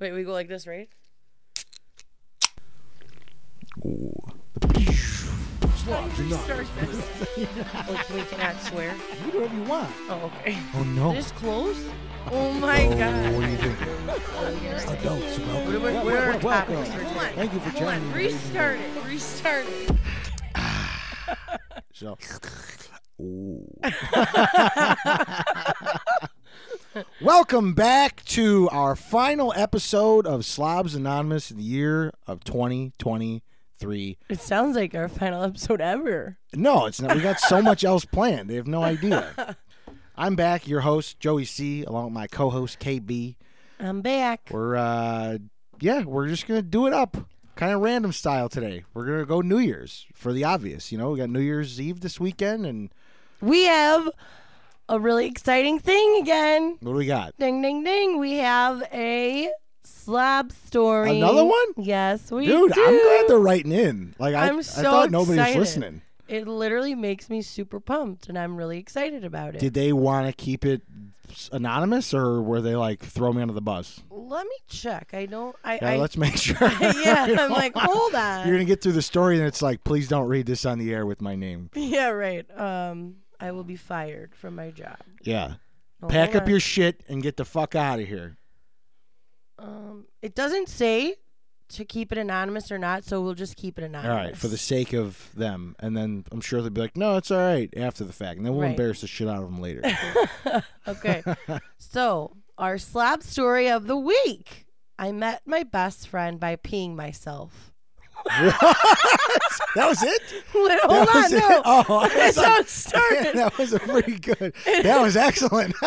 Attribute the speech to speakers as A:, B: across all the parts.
A: Wait, we go like this, right?
B: Slobs and knobs.
A: Like we cannot swear.
B: You do whatever you want.
A: Oh, okay.
B: Oh no.
A: This close? Oh my
B: oh, what do you
A: god.
B: think? Adults, welcome.
A: We're- we're-
B: Wel-
A: we're
B: wel-
A: on
B: welcome.
A: topics for today.
B: Thank you for
A: Hold
B: joining.
A: on,
B: me, ladies and
A: restart it. Restart it.
B: So, Ooh. Welcome back to our final episode of Slobs Anonymous in the year of 2023.
A: It sounds like our final episode ever.
B: No, it's not. We got so much else planned. They have no idea. I'm back, your host, Joey C, along with my co host, KB.
A: I'm back.
B: We're, uh, yeah, we're just going to do it up kind of random style today. We're going to go New Year's for the obvious. You know, we got New Year's Eve this weekend, and
A: We have a really exciting thing again.
B: what do we got?
A: Ding, ding, ding. We have a slab story.
B: Another one?
A: Yes, we
B: Dude,
A: do.
B: I'm glad they're writing in. Like I,
A: I'm
B: I
A: so
B: thought nobody
A: excited.
B: was listening.
A: It literally makes me super pumped, and I'm really excited about it.
B: Did they want to keep it s- anonymous, or were they like throw me under the bus?
A: Let me check. I don't. I.
B: Yeah,
A: I
B: let's make sure.
A: yeah,
B: You
A: I'm
B: know?
A: like, hold
B: you're
A: on.
B: gonna get through the story, and it's like, please don't read this on the air with my name.
A: Yeah, right. Um, I will be fired from my job.
B: Yeah,
A: No,
B: pack
A: hold
B: up
A: on.
B: your shit and get the fuck out of here.
A: Um, it doesn't say to keep it anonymous or not, so we'll just keep it anonymous.
B: All right, for the sake of them, and then I'm sure they'll be like, no, it's all right after the fact, and then we'll
A: Right.
B: embarrass the shit out of them later.
A: Okay. so, our slab story of the week. I met my best friend by peeing myself.
B: that was it.
A: Wait,
B: That
A: Hold on,
B: was it?
A: no.
B: Oh, I was
A: That's
B: like-
A: how it started.
B: that was a pretty good. That was excellent.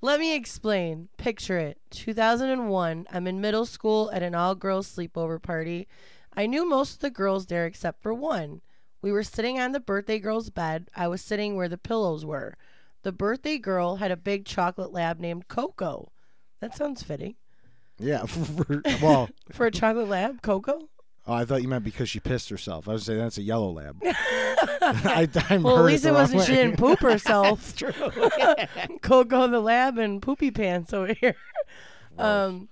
A: Let me explain. Picture it. 2001. I'm in middle school at an all girls sleepover party. I knew most of the girls there except for one. We were sitting on the birthday girl's bed. I was sitting where the pillows were. The birthday girl had a big chocolate lab named Coco. That sounds fitting.
B: yeah. well,
A: For a chocolate lab, Coco?
B: oh, I thought you meant because she pissed herself. I was saying that's a yellow lab. I, I
A: Well, at
B: heard
A: least
B: the
A: it
B: wrong
A: wasn't she
B: way.
A: didn't poop herself. That's true. Coco the lab and poopy pants over here. Um,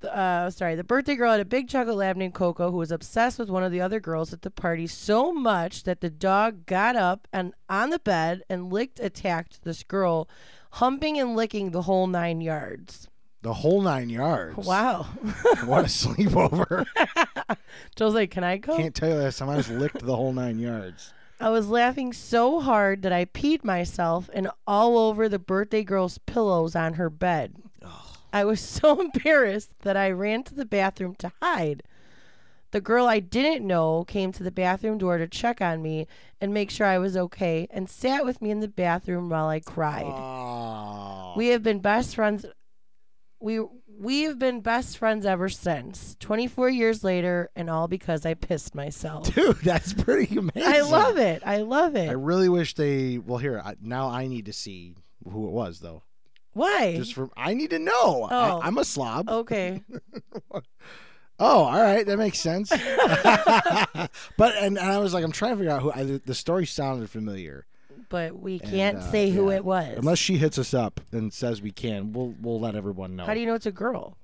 A: th- uh, sorry. The birthday girl had a big chocolate lab named Coco who was obsessed with one of the other girls at the party so much that the dog got up and on the bed and licked, attacked this girl, humping and licking the whole nine yards.
B: The whole nine yards.
A: Wow.
B: What a sleepover.
A: Joe's like, can I go?
B: Can't tell you last time I was licked the whole nine yards.
A: I was laughing so hard that I peed myself and all over the birthday girl's pillows on her bed. I was so embarrassed that I ran to the bathroom to hide. The girl I didn't know came to the bathroom door to check on me and make sure I was okay and sat with me in the bathroom while I cried.
B: Oh.
A: We have been best friends. We we have been best friends ever since. 24 years later and all because I pissed myself.
B: Dude, that's pretty amazing.
A: I love it. I love it.
B: I really wish they. Well, here I, now I need to see who it was though.
A: Why?
B: Just from I need to know.
A: Oh.
B: I, I'm a slob.
A: Okay.
B: Oh, all right, that makes sense. but and, and I was like, I'm trying to figure out who. I, the story sounded familiar.
A: But we
B: And,
A: can't
B: uh,
A: say who
B: yeah.
A: it was.
B: Unless she hits us up and says we can, we'll we'll let everyone know.
A: How do you know it's a girl?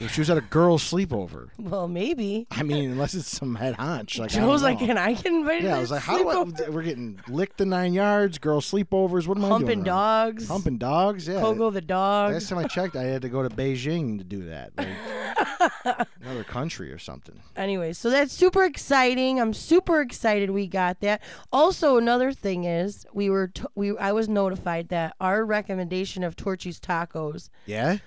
B: if she was at a girl's sleepover,
A: Well, maybe.
B: I mean, unless it's some head hunch. Like I
A: Joe's
B: don't
A: like,
B: know.
A: can I get invited?
B: yeah,
A: to
B: I was
A: this
B: like, how do
A: sleepover?"
B: I? We're getting licked the nine yards, girl sleepovers. What am I doing?
A: Humping
B: wrong?
A: dogs.
B: Humping dogs. Yeah.
A: Pogo the dog.
B: Last time I checked, I had to go to Beijing to do that, like another country or something.
A: Anyway, so that's super exciting. I'm super excited we got that. Also, another thing is we were t- we I was notified that our recommendation of Torchy's Tacos,
B: Yeah.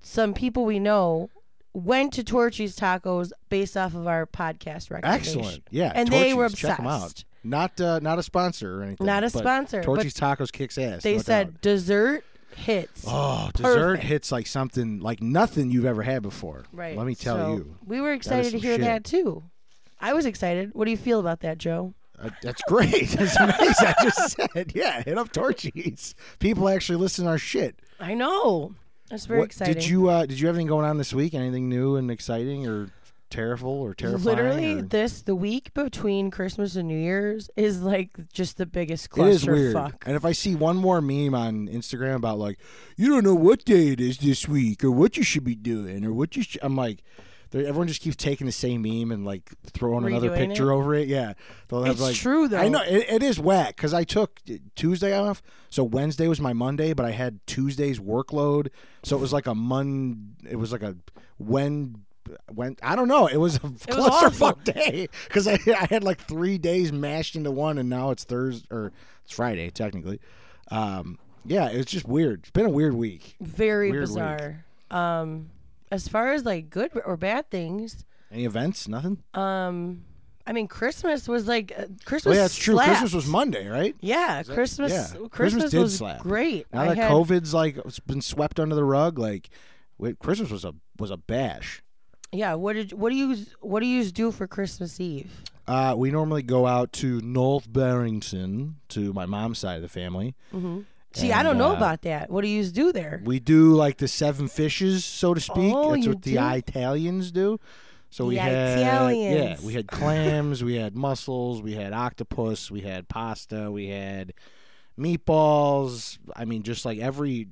A: some people we know went to Torchy's Tacos based off of our podcast recommendation.
B: Excellent. Yeah.
A: And they were
B: Torchy's, Check them out.
A: obsessed.
B: Not uh, not a sponsor or anything.
A: Not a
B: but
A: sponsor, but
B: Torchy's Tacos kicks ass.
A: They
B: no
A: said
B: doubt.
A: dessert hits.
B: Oh, dessert
A: perfect.
B: hits like something like nothing you've ever had before.
A: Right.
B: Let me tell
A: So,
B: you.
A: We were excited to
B: some
A: hear
B: shit.
A: that too. I was excited. What do you feel about that, Joe?
B: Uh, that's great. That's amazing. I just said, yeah, hit up Torchies. People actually listen to our shit.
A: I know. That's very
B: What-
A: exciting.
B: Did you uh, did you have anything going on this week? Anything new and exciting or terrible or terrifying.
A: Literally,
B: or-
A: this the week between Christmas and New Year's is like just the biggest
B: it is weird.
A: clusterfuck.
B: And if I see one more meme on Instagram about like, you don't know what day it is this week or what you should be doing or what you, sh-, I'm like, they're- everyone just keeps taking the same meme and like throwing another
A: Redoing
B: picture over it. Yeah, They'll have,
A: It's
B: like-
A: true, though.
B: I know it, it is whack because I took Tuesday off, so Wednesday was my Monday, but I had Tuesday's workload, so it was like a Mon. It was like a when. When I don't know, it was a
A: awful.
B: clusterfuck day because I, I had like three days mashed into one, and now it's Thursday or it's Friday technically. Um, yeah, it's just weird. It's been a weird week.
A: Very
B: Weird week.
A: bizarre. Um, as far as like good or bad things,
B: Any events? Nothing.
A: um, I mean, Christmas was like uh,
B: Oh
A: Christmas.
B: yeah, it's true. Christmas
A: slapped.
B: was Monday, right?
A: Yeah, Christmas.
B: yeah.
A: Christmas,
B: Christmas did
A: was
B: slap.
A: great.
B: Now
A: I
B: that
A: had-
B: COVID's like it's been swept under the rug, like wait, Christmas was a was a bash.
A: Yeah. What did what do you what do you do for Christmas Eve?
B: Uh, we normally go out to North Barrington to my mom's side of the family.
A: See, I
B: And,
A: don't know
B: uh,
A: about that. What do you do there?
B: We do like the seven fishes, so to speak.
A: Oh,
B: That's
A: you
B: what the
A: do?
B: Italians do. So we
A: The
B: had
A: Italians.
B: yeah, we had clams, we had mussels, we had octopus, we had pasta, we had meatballs. I mean, just like every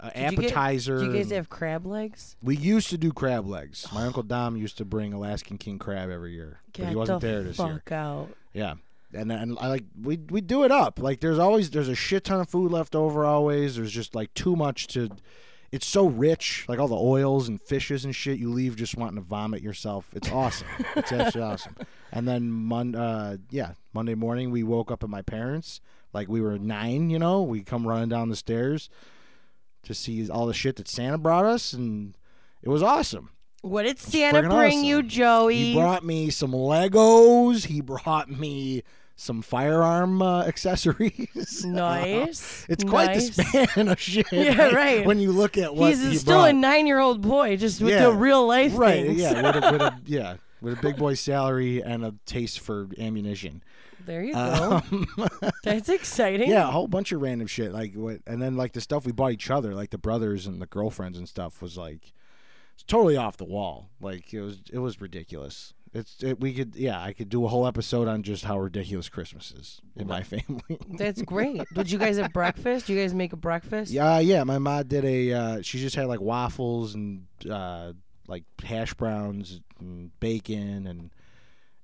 B: uh,
A: you get-
B: appetizer.
A: do you guys
B: and-
A: have crab legs?
B: We used to do crab legs. My uncle Dom used to bring Alaskan king crab every year, but he
A: Get
B: wasn't
A: the
B: there this
A: fuck
B: year.
A: out.
B: Yeah, and and I like we we do it up. Like there's always there's a shit ton of food left over. Always there's just like too much to. It's so rich, like all the oils and fishes and shit. You leave just wanting to vomit yourself. It's awesome. it's absolutely awesome. And then Mon, uh, yeah, Monday morning we woke up at my parents. Like we were nine, you know. We come running down the stairs to see all the shit that Santa brought us, and it was awesome.
A: What did Santa
B: friggin'
A: bring you,
B: awesome.
A: Joey?
B: He brought me some Legos. He brought me some firearm uh, accessories. Uh,
A: nice.
B: uh-huh. it's quite
A: nice.
B: the span of shit.
A: Yeah, right.
B: When you look at what
A: He's
B: he
A: still
B: brought.
A: a nine-year-old boy, just with
B: Yeah,
A: the real life
B: right,
A: things.
B: yeah, with a, with a, yeah, with a big boy salary and a taste for ammunition.
A: There you go.
B: Um,
A: That's exciting.
B: yeah, a whole bunch of random shit. Like what, and then like the stuff we bought each other, like the brothers and the girlfriends and stuff, was like it's totally off the wall. Like it was, it was ridiculous. It's it, we could, yeah, I could do a whole episode on just how ridiculous Christmas is in my family.
A: That's great. Did you guys have breakfast? You guys make a breakfast?
B: yeah, yeah. My mom did a. Uh, she just had like waffles and uh, like hash browns and bacon and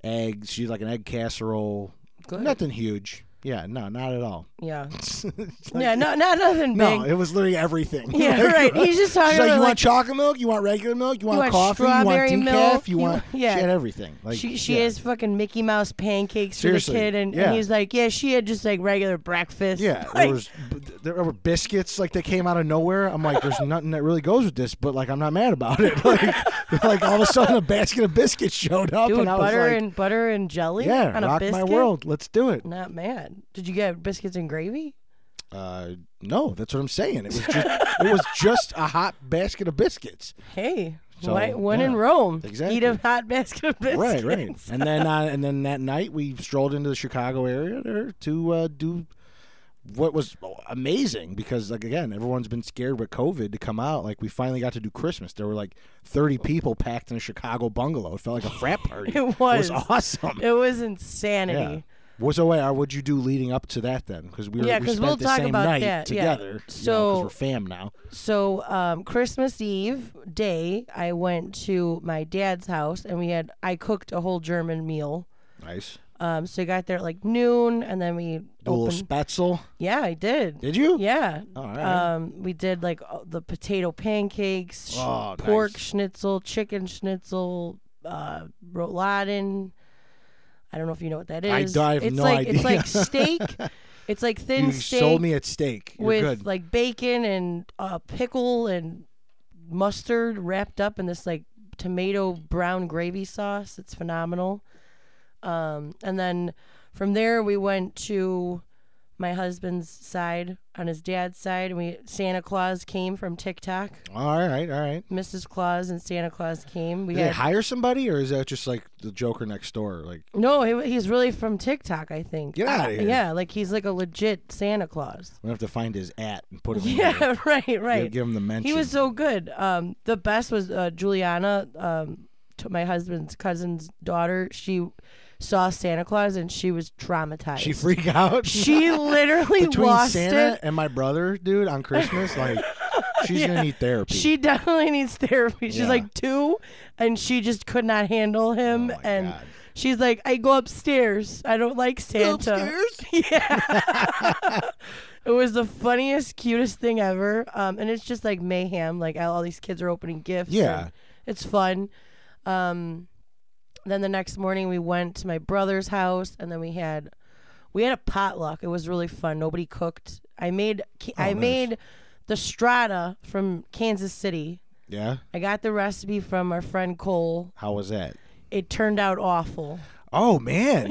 B: eggs. She did like an egg casserole.
A: Good.
B: Nothing huge. Yeah, no, not at all.
A: Yeah.
B: It's
A: yeah.
B: like-
A: No. Not nothing
B: No,
A: big.
B: it was literally everything.
A: yeah.
B: Like,
A: Right. He's just talking
B: She's like,
A: about
B: you
A: like,
B: want chocolate milk? You want regular milk? You want,
A: want
B: coffee? You want
A: strawberry
B: decaf?
A: milk?
B: You
A: You
B: want
A: want- yeah.
B: she had everything. Like
A: she she
B: yeah.
A: has fucking Mickey Mouse pancakes
B: Seriously,
A: for the kid, and,
B: yeah.
A: and he's like, yeah, she had just like regular breakfast.
B: Yeah, there
A: Like,
B: was there were biscuits like they came out of nowhere. I'm like, there's nothing that really goes with this, but like I'm not mad about it. Like, like all of a sudden a basket of biscuits showed up,
A: dude,
B: and I was
A: butter
B: like,
A: and butter and jelly
B: yeah,
A: on a
B: rock
A: biscuit.
B: my world. Let's do it.
A: Not mad. Did you get biscuits and gravy?
B: Uh, no, that's what I'm saying. It was just it was just a hot basket of biscuits.
A: Hey,
B: So,
A: why, when in
B: yeah,
A: Rome, eat
B: exactly.
A: a hot basket of biscuits.
B: Right, right. And then uh, and then that night we strolled into the Chicago area there to uh, do what was amazing because like again everyone's been scared with COVID to come out. Like we finally got to do Christmas. There were like thirty people packed in a Chicago bungalow. It felt like a frat party.
A: It was.
B: It was awesome.
A: It was insanity.
B: Well, so wait, uh, what'd you do leading up to that then? Because we were
A: Yeah,
B: we
A: 'cause
B: spent
A: we'll
B: the
A: talk
B: same
A: about
B: night
A: that, yeah.
B: together. you know, 'cause
A: So-
B: we're fam now.
A: So um, Christmas Eve day, I went to my dad's house, and we had I cooked a whole German meal.
B: Nice.
A: Um, so I got there at like noon, and then we
B: Do a little
A: opened.
B: spetzel.
A: Yeah, I did.
B: Did you?
A: Yeah.
B: All right.
A: Um, we did like uh, the potato pancakes, sh-
B: Oh,
A: pork
B: nice.
A: schnitzel, chicken schnitzel, uh, rouladen. I don't know if you know what that is.
B: I don't- I have
A: it's
B: no
A: like
B: idea.
A: it's like steak. It's like thin
B: you
A: steak
B: sold me at steak. You're
A: with
B: good.
A: like bacon and uh, pickle and mustard wrapped up in this like tomato brown gravy sauce. It's phenomenal. Um, and then from there we went to my husband's side on his dad's side. And we Santa Claus came from TikTok.
B: all right, all right.
A: Mrs. Claus and Santa Claus came. We
B: Did they
A: had
B: hire somebody, or is that just like the Joker next door? Like,
A: no. He, he's really from TikTok, I think. Uh,
B: Get outta here.
A: Yeah, like he's like a legit Santa Claus.
B: we have to find his at and put him. in there.
A: Yeah, right,
B: Give-
A: right.
B: Give him the mention.
A: He was so good. Um, the best was uh, Juliana um, t- my husband's cousin's daughter. She saw Santa Claus and she was traumatized.
B: She freak out.
A: She literally
B: between
A: lost
B: Santa
A: it.
B: and my brother, dude, on Christmas, like she's gonna need therapy.
A: She definitely needs therapy. She's
B: Yeah.
A: like two, and she just could not handle him.
B: Oh my
A: and
B: God.
A: she's like, I go upstairs. I don't like Santa. Yeah. it was the funniest, cutest thing ever. Um, and it's just like mayhem. Like all these kids are opening gifts.
B: Yeah.
A: and It's fun. Um, then the next morning we went to my brother's house and then we had we had a potluck. It was really fun. Nobody cooked. I made I
B: Oh, nice.
A: made the strata from Kansas City.
B: yeah.
A: I got the recipe from our friend Cole.
B: How was that?
A: It turned out awful.
B: Oh man,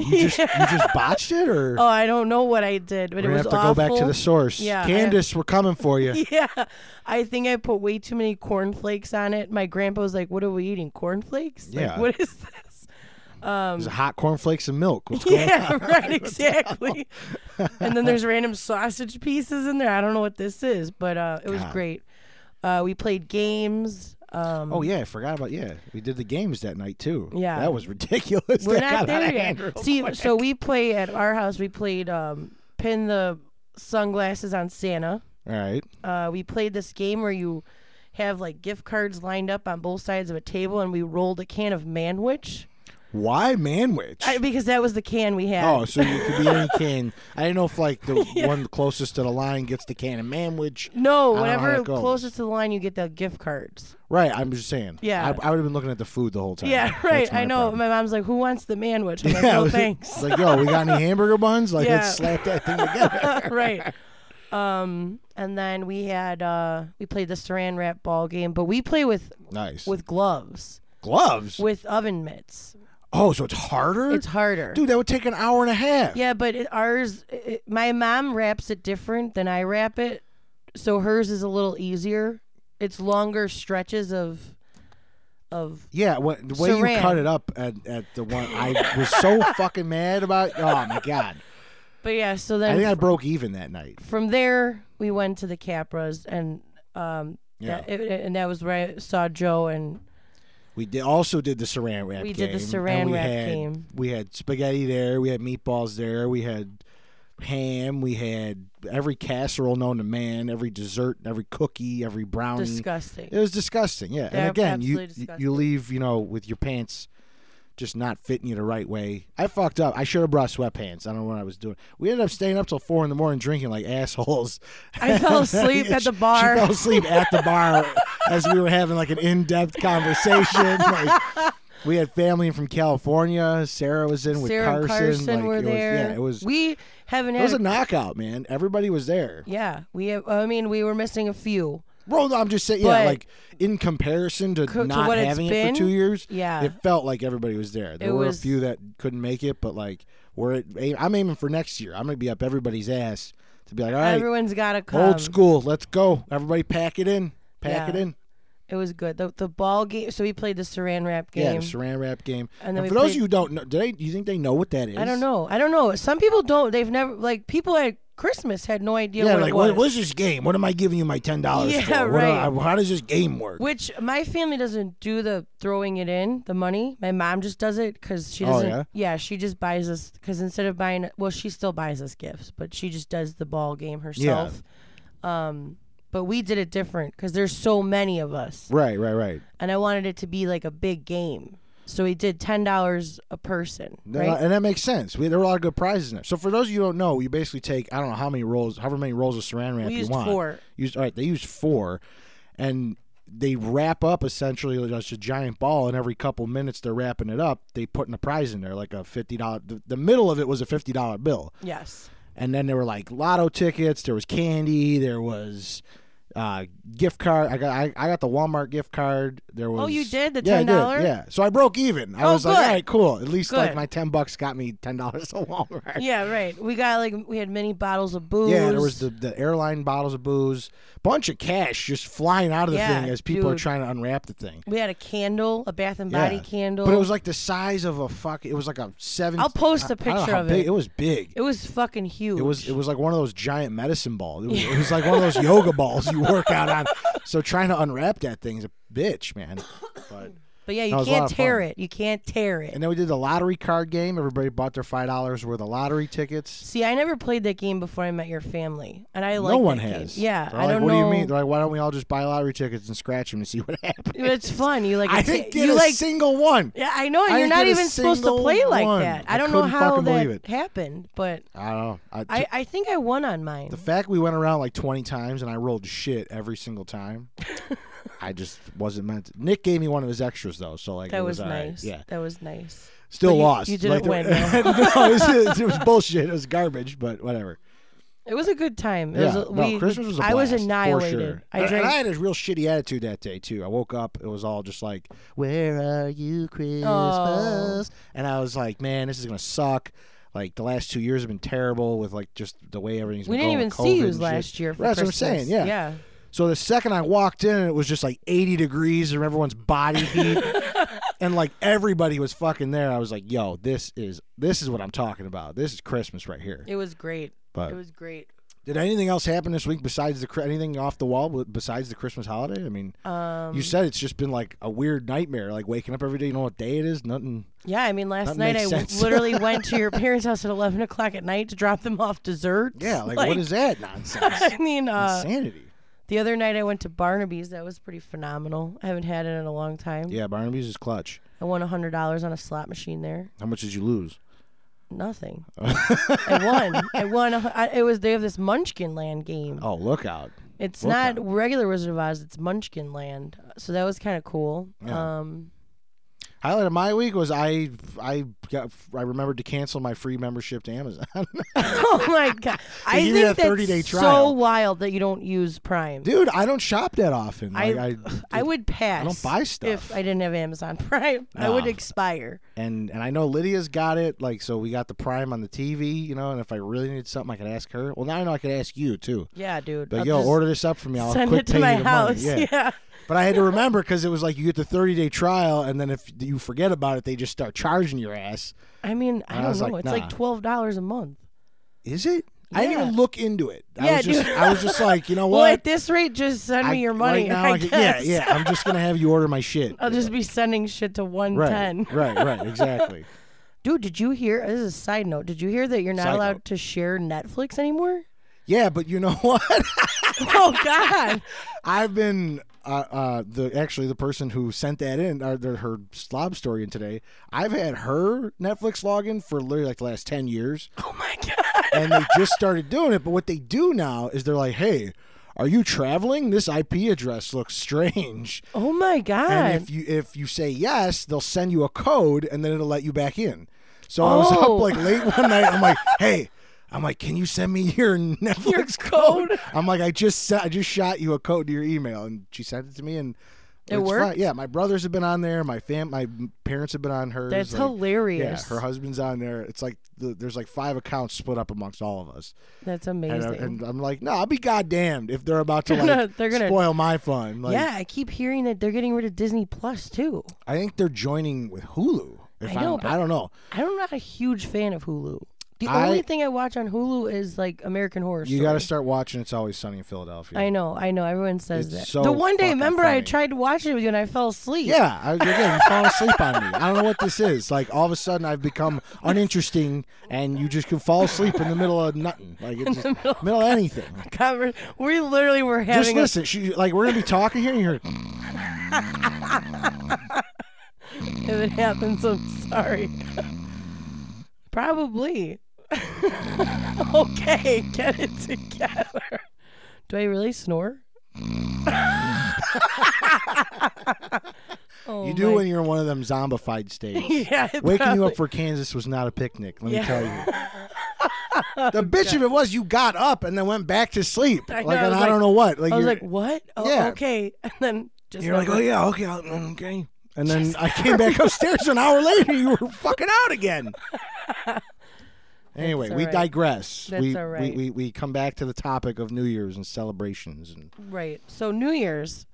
B: you just you just botched it, or
A: Oh, I don't know what I did, but
B: we're
A: it
B: gonna
A: was
B: have to
A: awful.
B: go back to the source.
A: Yeah, I-
B: Candace, we're coming for you.
A: yeah, I think I put way too many cornflakes on it. My grandpa was like, "What are we eating? Cornflakes? Like,
B: Yeah.
A: what is this?"
B: There's hot cornflakes and milk. What's going
A: Yeah, right, exactly. and then there's random sausage pieces in there. I don't know what this is, but uh, it was
B: God.
A: great. Uh, we played games. Um,
B: Oh yeah, I forgot about yeah. We did the games that night too.
A: Yeah.
B: that was ridiculous.
A: we're
B: That
A: not
B: got out
A: there
B: of hand real
A: yet. See,
B: quick.
A: so we play at our house. We played um, pin the sunglasses on Santa.
B: all right,
A: uh, we played this game where you have like gift cards lined up on both sides of a table, and we rolled a can of Manwich
B: why Manwich?
A: I, because that was the can we had.
B: Oh, so you could be any can. I didn't know if like the one closest to the line gets the can of
A: no,
B: manwich. I don't know how
A: whatever
B: that goes.
A: closest to the line, you get the gift cards.
B: Right, I'm just saying.
A: Yeah.
B: I, I would have been looking at the food the whole time.
A: Yeah,
B: That's
A: right.
B: my
A: I know.
B: problem.
A: My mom's like, "Who wants the Manwich?" I'm like,
B: Yeah,
A: "No,
B: was it-
A: thanks."
B: It's like, yo, we got any hamburger buns? Like,
A: Yeah.
B: let's slap that thing together.
A: right. Um, and then we had uh, we played the Saran wrap ball game, but we play with
B: nice.
A: with gloves,
B: gloves.
A: with oven mitts.
B: oh, so it's harder.
A: It's harder.
B: Dude, that would take an hour and a half.
A: Yeah, but it, ours, it, my mom wraps it different than I wrap it, so hers is a little easier. It's longer stretches of, of
B: Yeah, what, the way you
A: Saran.
B: cut it up at, at the one, I was so fucking mad about. Oh my god,
A: but yeah. So
B: I
A: then
B: think I broke even that night.
A: from there we went to the Capras and um
B: Yeah.
A: that, it- and that was where I saw Joe and
B: We did also did the saran wrap.
A: We
B: game,
A: did the
B: and
A: Saran
B: we
A: Wrap
B: had,
A: game.
B: We had spaghetti there. We had meatballs there. We had ham. We had every casserole known to man. Every dessert. Every cookie. Every brownie.
A: disgusting.
B: Um, It was disgusting. Yeah,
A: Yeah,
B: and again, you
A: absolutely
B: you- you leave you know with your pants just not fitting you the right way. I fucked up. I should have brought sweatpants. I don't know what I was doing. We ended up staying up till four in the morning drinking like assholes.
A: I fell asleep
B: Yeah,
A: at the
B: she-
A: bar.
B: She fell asleep at the bar as we were having like an in-depth conversation. Like, we had family from California. Sarah was in with
A: Sarah and
B: Carson.
A: Carson
B: like,
A: were
B: it was,
A: there.
B: Yeah, it was.
A: we haven't
B: it
A: had.
B: was a knockout, man. Everybody was there.
A: yeah, we have. I mean, we were missing a few.
B: Well, no, I'm just saying, yeah,
A: But-
B: like in comparison to
A: Co- to
B: not
A: what it's
B: having it
A: been,
B: for two years,
A: yeah.
B: it felt like everybody was there. There
A: It
B: were
A: was-
B: a few that couldn't make it, but like we're at, aim- I'm aiming for next year. I'm gonna be up everybody's ass to be like, all right,
A: Everyone's got to come.
B: old school, let's go. Everybody, pack it in,
A: Yeah.
B: pack it in.
A: It was good. The, the ball game. So we played the Saran wrap
B: Yeah, the
A: game.
B: Saran wrap game.
A: And
B: And,
A: then we
B: for those
A: played-
B: of you who don't know, do they? Do you think they know what that is?
A: I don't know. I don't know. Some people don't. They've never like people at Christmas had no idea
B: Yeah,
A: what
B: like
A: it was.
B: what, what's this game? What am I giving you my ten dollars
A: Yeah,
B: for? What do
A: right.
B: I- how does this game work?
A: Which my family doesn't do the throwing it in the money. My mom just does it because she
B: Oh,
A: doesn't.
B: yeah?
A: she just buys us because instead of buying, well, she still buys us gifts, but she just does the ball game herself. Um, but we did it different because there's so many of us,
B: Right, right, right.
A: and I wanted it to be like a big game. So we did ten dollars a person,
B: No,
A: right?
B: And that makes sense. We, there were a lot of good prizes in there. So for those of you who don't know, you basically take I don't know how many rolls, however many rolls of saran wrap
A: We
B: you
A: used
B: want.
A: four.
B: Used all right. They used four, and they wrap up essentially just a giant ball. And every couple minutes they're wrapping it up. They putting a prize in there, like a fifty dollar. The, the middle of it was a fifty dollar bill,
A: Yes.
B: and then there were like lotto tickets. There was candy. There was. Uh, gift card. I got. I, I got the Walmart gift card. There was.
A: Oh, you did? The
B: yeah, I did,
A: $10?
B: Yeah. So I broke even. I
A: Oh,
B: was like,
A: good.
B: all right, cool. At least like
A: Good.
B: my ten bucks got me ten dollars to Walmart.
A: Yeah, right. We got like we had many bottles of booze.
B: Yeah, there was the, the airline bottles of booze, bunch of cash just flying out of the
A: Yeah,
B: thing as people are
A: dude.
B: trying to unwrap the thing.
A: we had a candle, a Bath and Body
B: Yeah.
A: candle.
B: But it was like the size of a fuck. It was like a seven.
A: I'll post a
B: I- I don't know
A: picture
B: how
A: of
B: big-
A: it.
B: It was big.
A: It was fucking huge.
B: It was it was like one of those giant medicine balls. It was, it was like one of those yoga balls you work out on. So trying to unwrap that thing is a bitch, man. But
A: But yeah,
B: That
A: you
B: was a
A: can't
B: lot of
A: tear
B: fun.
A: it. You can't tear it.
B: And then we did the lottery card game. Everybody bought their five dollars worth of lottery tickets.
A: See, I never played that game before I met your family, and I like
B: no one
A: that game.
B: has.
A: Yeah,
B: They're
A: I
B: like,
A: don't
B: what
A: know.
B: do you mean? They're like, why don't we all just buy lottery tickets and scratch them and see what happens?
A: It's fun. You like.
B: I
A: it's-
B: didn't get
A: you
B: a
A: like.
B: single one.
A: yeah, I know. And
B: I
A: you're
B: didn't
A: not
B: get a
A: even supposed to
B: single
A: play like
B: one.
A: that.
B: I
A: I don't know
B: couldn't
A: how
B: fucking
A: that
B: believe it.
A: happened, but
B: I don't know. I,
A: I, I think I won on mine.
B: the fact we went around like 20 times and I rolled shit every single time, I just wasn't meant. To. Nick gave me one of his extras though, so like
A: that
B: it
A: was,
B: was, all right.
A: nice.
B: Yeah,
A: That was nice.
B: still
A: But you-
B: lost.
A: you didn't
B: Like,
A: win,
B: no, it was, it was bullshit. It was garbage, but whatever.
A: It was a good time. It
B: yeah,
A: was a,
B: no,
A: we,
B: Christmas was a
A: I was
B: blast, for
A: annihilated.
B: sure.
A: I
B: And-
A: drank.
B: and I had a real shitty attitude that day too. I woke up, it was all just like, "Where are you, Christmas?" And I was like, "Man, this is gonna suck." Like the last two years have been terrible with like just the way everything's.
A: we
B: been
A: didn't
B: going
A: even see
B: with COVID
A: you
B: and shit.
A: last year. For
B: That's
A: Christmas.
B: what I'm saying. Yeah.
A: Yeah.
B: So the second I walked in, it was just like 80 degrees from everyone's body heat, and like everybody was fucking there. I was like, "Yo, this is this is what I'm talking about. This is Christmas right here."
A: It was great.
B: But
A: It was great.
B: did anything else happen this week besides the Chri- anything off the wall b- besides the Christmas holiday? I mean,
A: Um,
B: you said it's just been like a weird nightmare, like waking up every day. You know what day it is? Nothing.
A: Yeah, I mean, last
B: That
A: night I
B: makes
A: w-
B: sense.
A: literally went to your parents' house at eleven o'clock at night to drop them off desserts.
B: Yeah, like, what is that nonsense?
A: I mean, uh,
B: Insanity.
A: the other night I went to Barnaby's. That was pretty phenomenal. I haven't had it in a long time.
B: Yeah, Barnaby's is clutch.
A: I won hundred dollars on a slot machine there.
B: How much did you lose?
A: Nothing. I won. I won. a hu- I, it was they have this Munchkin Land game.
B: Oh, look out!
A: It's
B: Look
A: not regular Wizard of Oz. It's Munchkin Land. So that was kind of cool.
B: Yeah.
A: Um,
B: Highlight of my week was I I got I remembered to cancel my free membership to Amazon.
A: oh my god! I
B: give you
A: think
B: that
A: that's
B: 30-day
A: so
B: trial.
A: wild that you don't use Prime.
B: Dude, I don't shop that often. Like, I,
A: I, I would pass.
B: buy
A: if
B: stuff.
A: I didn't have Amazon Prime. I would
B: Nah.
A: expire.
B: and and I know Lydia's got it. Like so, we got the Prime on the TV, you know. And if I really needed something, I could ask her. Well, now I know I could ask you too.
A: Yeah, dude.
B: Like,
A: I'll
B: yo,
A: just
B: order this up for me. I'll
A: send
B: quick
A: it to
B: pay
A: my
B: you the
A: house.
B: Money. Yeah.
A: yeah.
B: But I had to remember because it was like you get the 30 day trial, and then if you forget about it, they just start charging your ass.
A: I mean, I
B: And I
A: don't
B: was
A: know.
B: like,
A: it's like
B: nah.
A: twelve dollars a month.
B: Is it? I didn't
A: Yeah.
B: even look into it. I
A: Yeah,
B: was just
A: dude.
B: I was just like, you know what?
A: Well, at this rate, just send
B: I-
A: me your money.
B: Right now,
A: I
B: I could-
A: guess.
B: yeah, yeah. I'm just gonna have you order my shit.
A: I'll just be sending shit to one
B: right,
A: ten.
B: right, right, exactly.
A: Dude, did you hear? This is a side note. Did you hear that you're not
B: Side
A: allowed
B: note.
A: to share Netflix anymore?
B: Yeah, but you know what?
A: oh God!
B: I've been uh, uh, the actually the person who sent that in or the, her slob story in today. I've had her Netflix login for literally like the last ten years,
A: Oh my God!
B: and they just started doing it. But what they do now is they're like, "Hey, are you traveling? This IP address looks strange."
A: Oh my God!
B: And if you if you say yes, they'll send you a code and then it'll let you back in. So I was
A: Oh.
B: up like late one night. I'm like, hey, I'm like, can you send me your Netflix
A: code.
B: code? I'm like, I just sent, I just shot you a code to your email, and she sent it to me, and
A: It
B: it's fine.
A: worked?
B: Yeah, my brothers have been on there. My fam, my parents have been on hers.
A: That's
B: like,
A: hilarious.
B: Yeah, her husband's on there. It's like the, there's like five accounts split up amongst all of us,
A: That's
B: and,
A: amazing.
B: I, and I'm like, no, I'll be goddamned if they're about to
A: They're gonna-
B: like
A: they're gonna-
B: spoil my fun. Like,
A: yeah, I keep hearing that they're getting rid of Disney Plus too.
B: I think they're joining with Hulu. If
A: I
B: I,
A: know,
B: am
A: but-
B: I don't know.
A: I am not a huge fan of Hulu. The
B: I-
A: only thing I watch on Hulu is like American Horror
B: You got
A: Story.
B: to start watching It's Always Sunny in Philadelphia.
A: I know, I know. Everyone says
B: It's
A: that.
B: so
A: the one day,
B: fucking
A: remember, I
B: funny.
A: tried to watch it with you and I fell asleep.
B: yeah, I, again, you fall asleep on me. I don't know what this is. Like all of a sudden, I've become uninteresting, and you just can fall asleep in the middle of nothing, like it's just, middle, of anything.
A: Conver- we literally were
B: Just
A: having. a-
B: listen. She, like we're gonna be talking here, and you're
A: if it happens, I'm sorry. Probably. okay, get it together. Do I really snore? oh
B: you do
A: my-
B: when you're in one of them zombified states.
A: yeah, it
B: Waking you
A: probably-
B: up for Kansas was not a picnic. Let
A: Yeah.
B: me tell you. The bitch of it was you got up and then went back to sleep.
A: I know,
B: like
A: I
B: and
A: was
B: I
A: like-
B: don't know what. Like
A: I was
B: you're-
A: like, "What? Oh,
B: Yeah.
A: okay." And then just
B: You're like,
A: never-
B: oh yeah, okay, I'll- mm, okay. And then I came back upstairs an hour later. You were fucking out again. Anyway,
A: That's
B: we
A: all right.
B: digress.
A: That's
B: we,
A: all
B: we-
A: right.
B: we, we come back to the topic of New Year's and celebrations. And
A: right. So New Year's,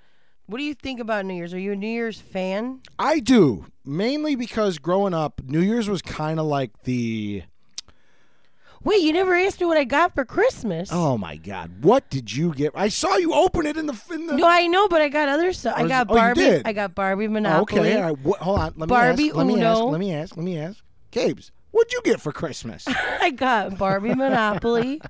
A: what do you think about New Year's? Are you a New Year's fan?
B: I do mainly because growing up, New Year's was kind of like the
A: Wait, you never asked me what I got for Christmas.
B: Oh my God! What did you get? I saw you open it in the in the.
A: No, I know, but I got other stuff. I
B: Oh, is-
A: got
B: oh, you
A: Barbie.
B: did?
A: I got Barbie
B: Oh,
A: Monopoly.
B: okay, all right. What, hold on. Let me
A: Barbie
B: ask. Let me ask.
A: Uno.
B: Let me ask. Let me ask. Gabe's. What'd you get for Christmas?
A: I got Barbie Monopoly.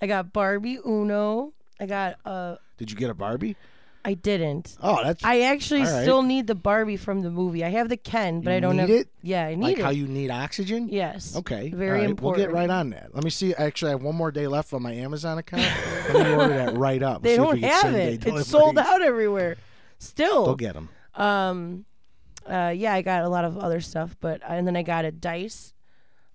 A: I got Barbie Uno. I got uh
B: did you get a Barbie?
A: I didn't.
B: Oh, that's
A: I actually
B: All right.
A: still need the Barbie from the movie. I have the Ken, but
B: You
A: I don't
B: need
A: have
B: it?
A: Yeah, I need
B: like
A: it.
B: how you need oxygen.
A: yes.
B: Okay.
A: Very
B: all right,
A: important.
B: We'll get right on that. Let me see. Actually, I have one more day left on my Amazon account. Let me order that right up.
A: They
B: see if
A: don't
B: we can
A: have
B: same-day
A: it.
B: delivery.
A: It's sold out everywhere. Still.
B: Go get them.
A: Um, uh, yeah, I got a lot of other stuff, but uh, and then I got a dice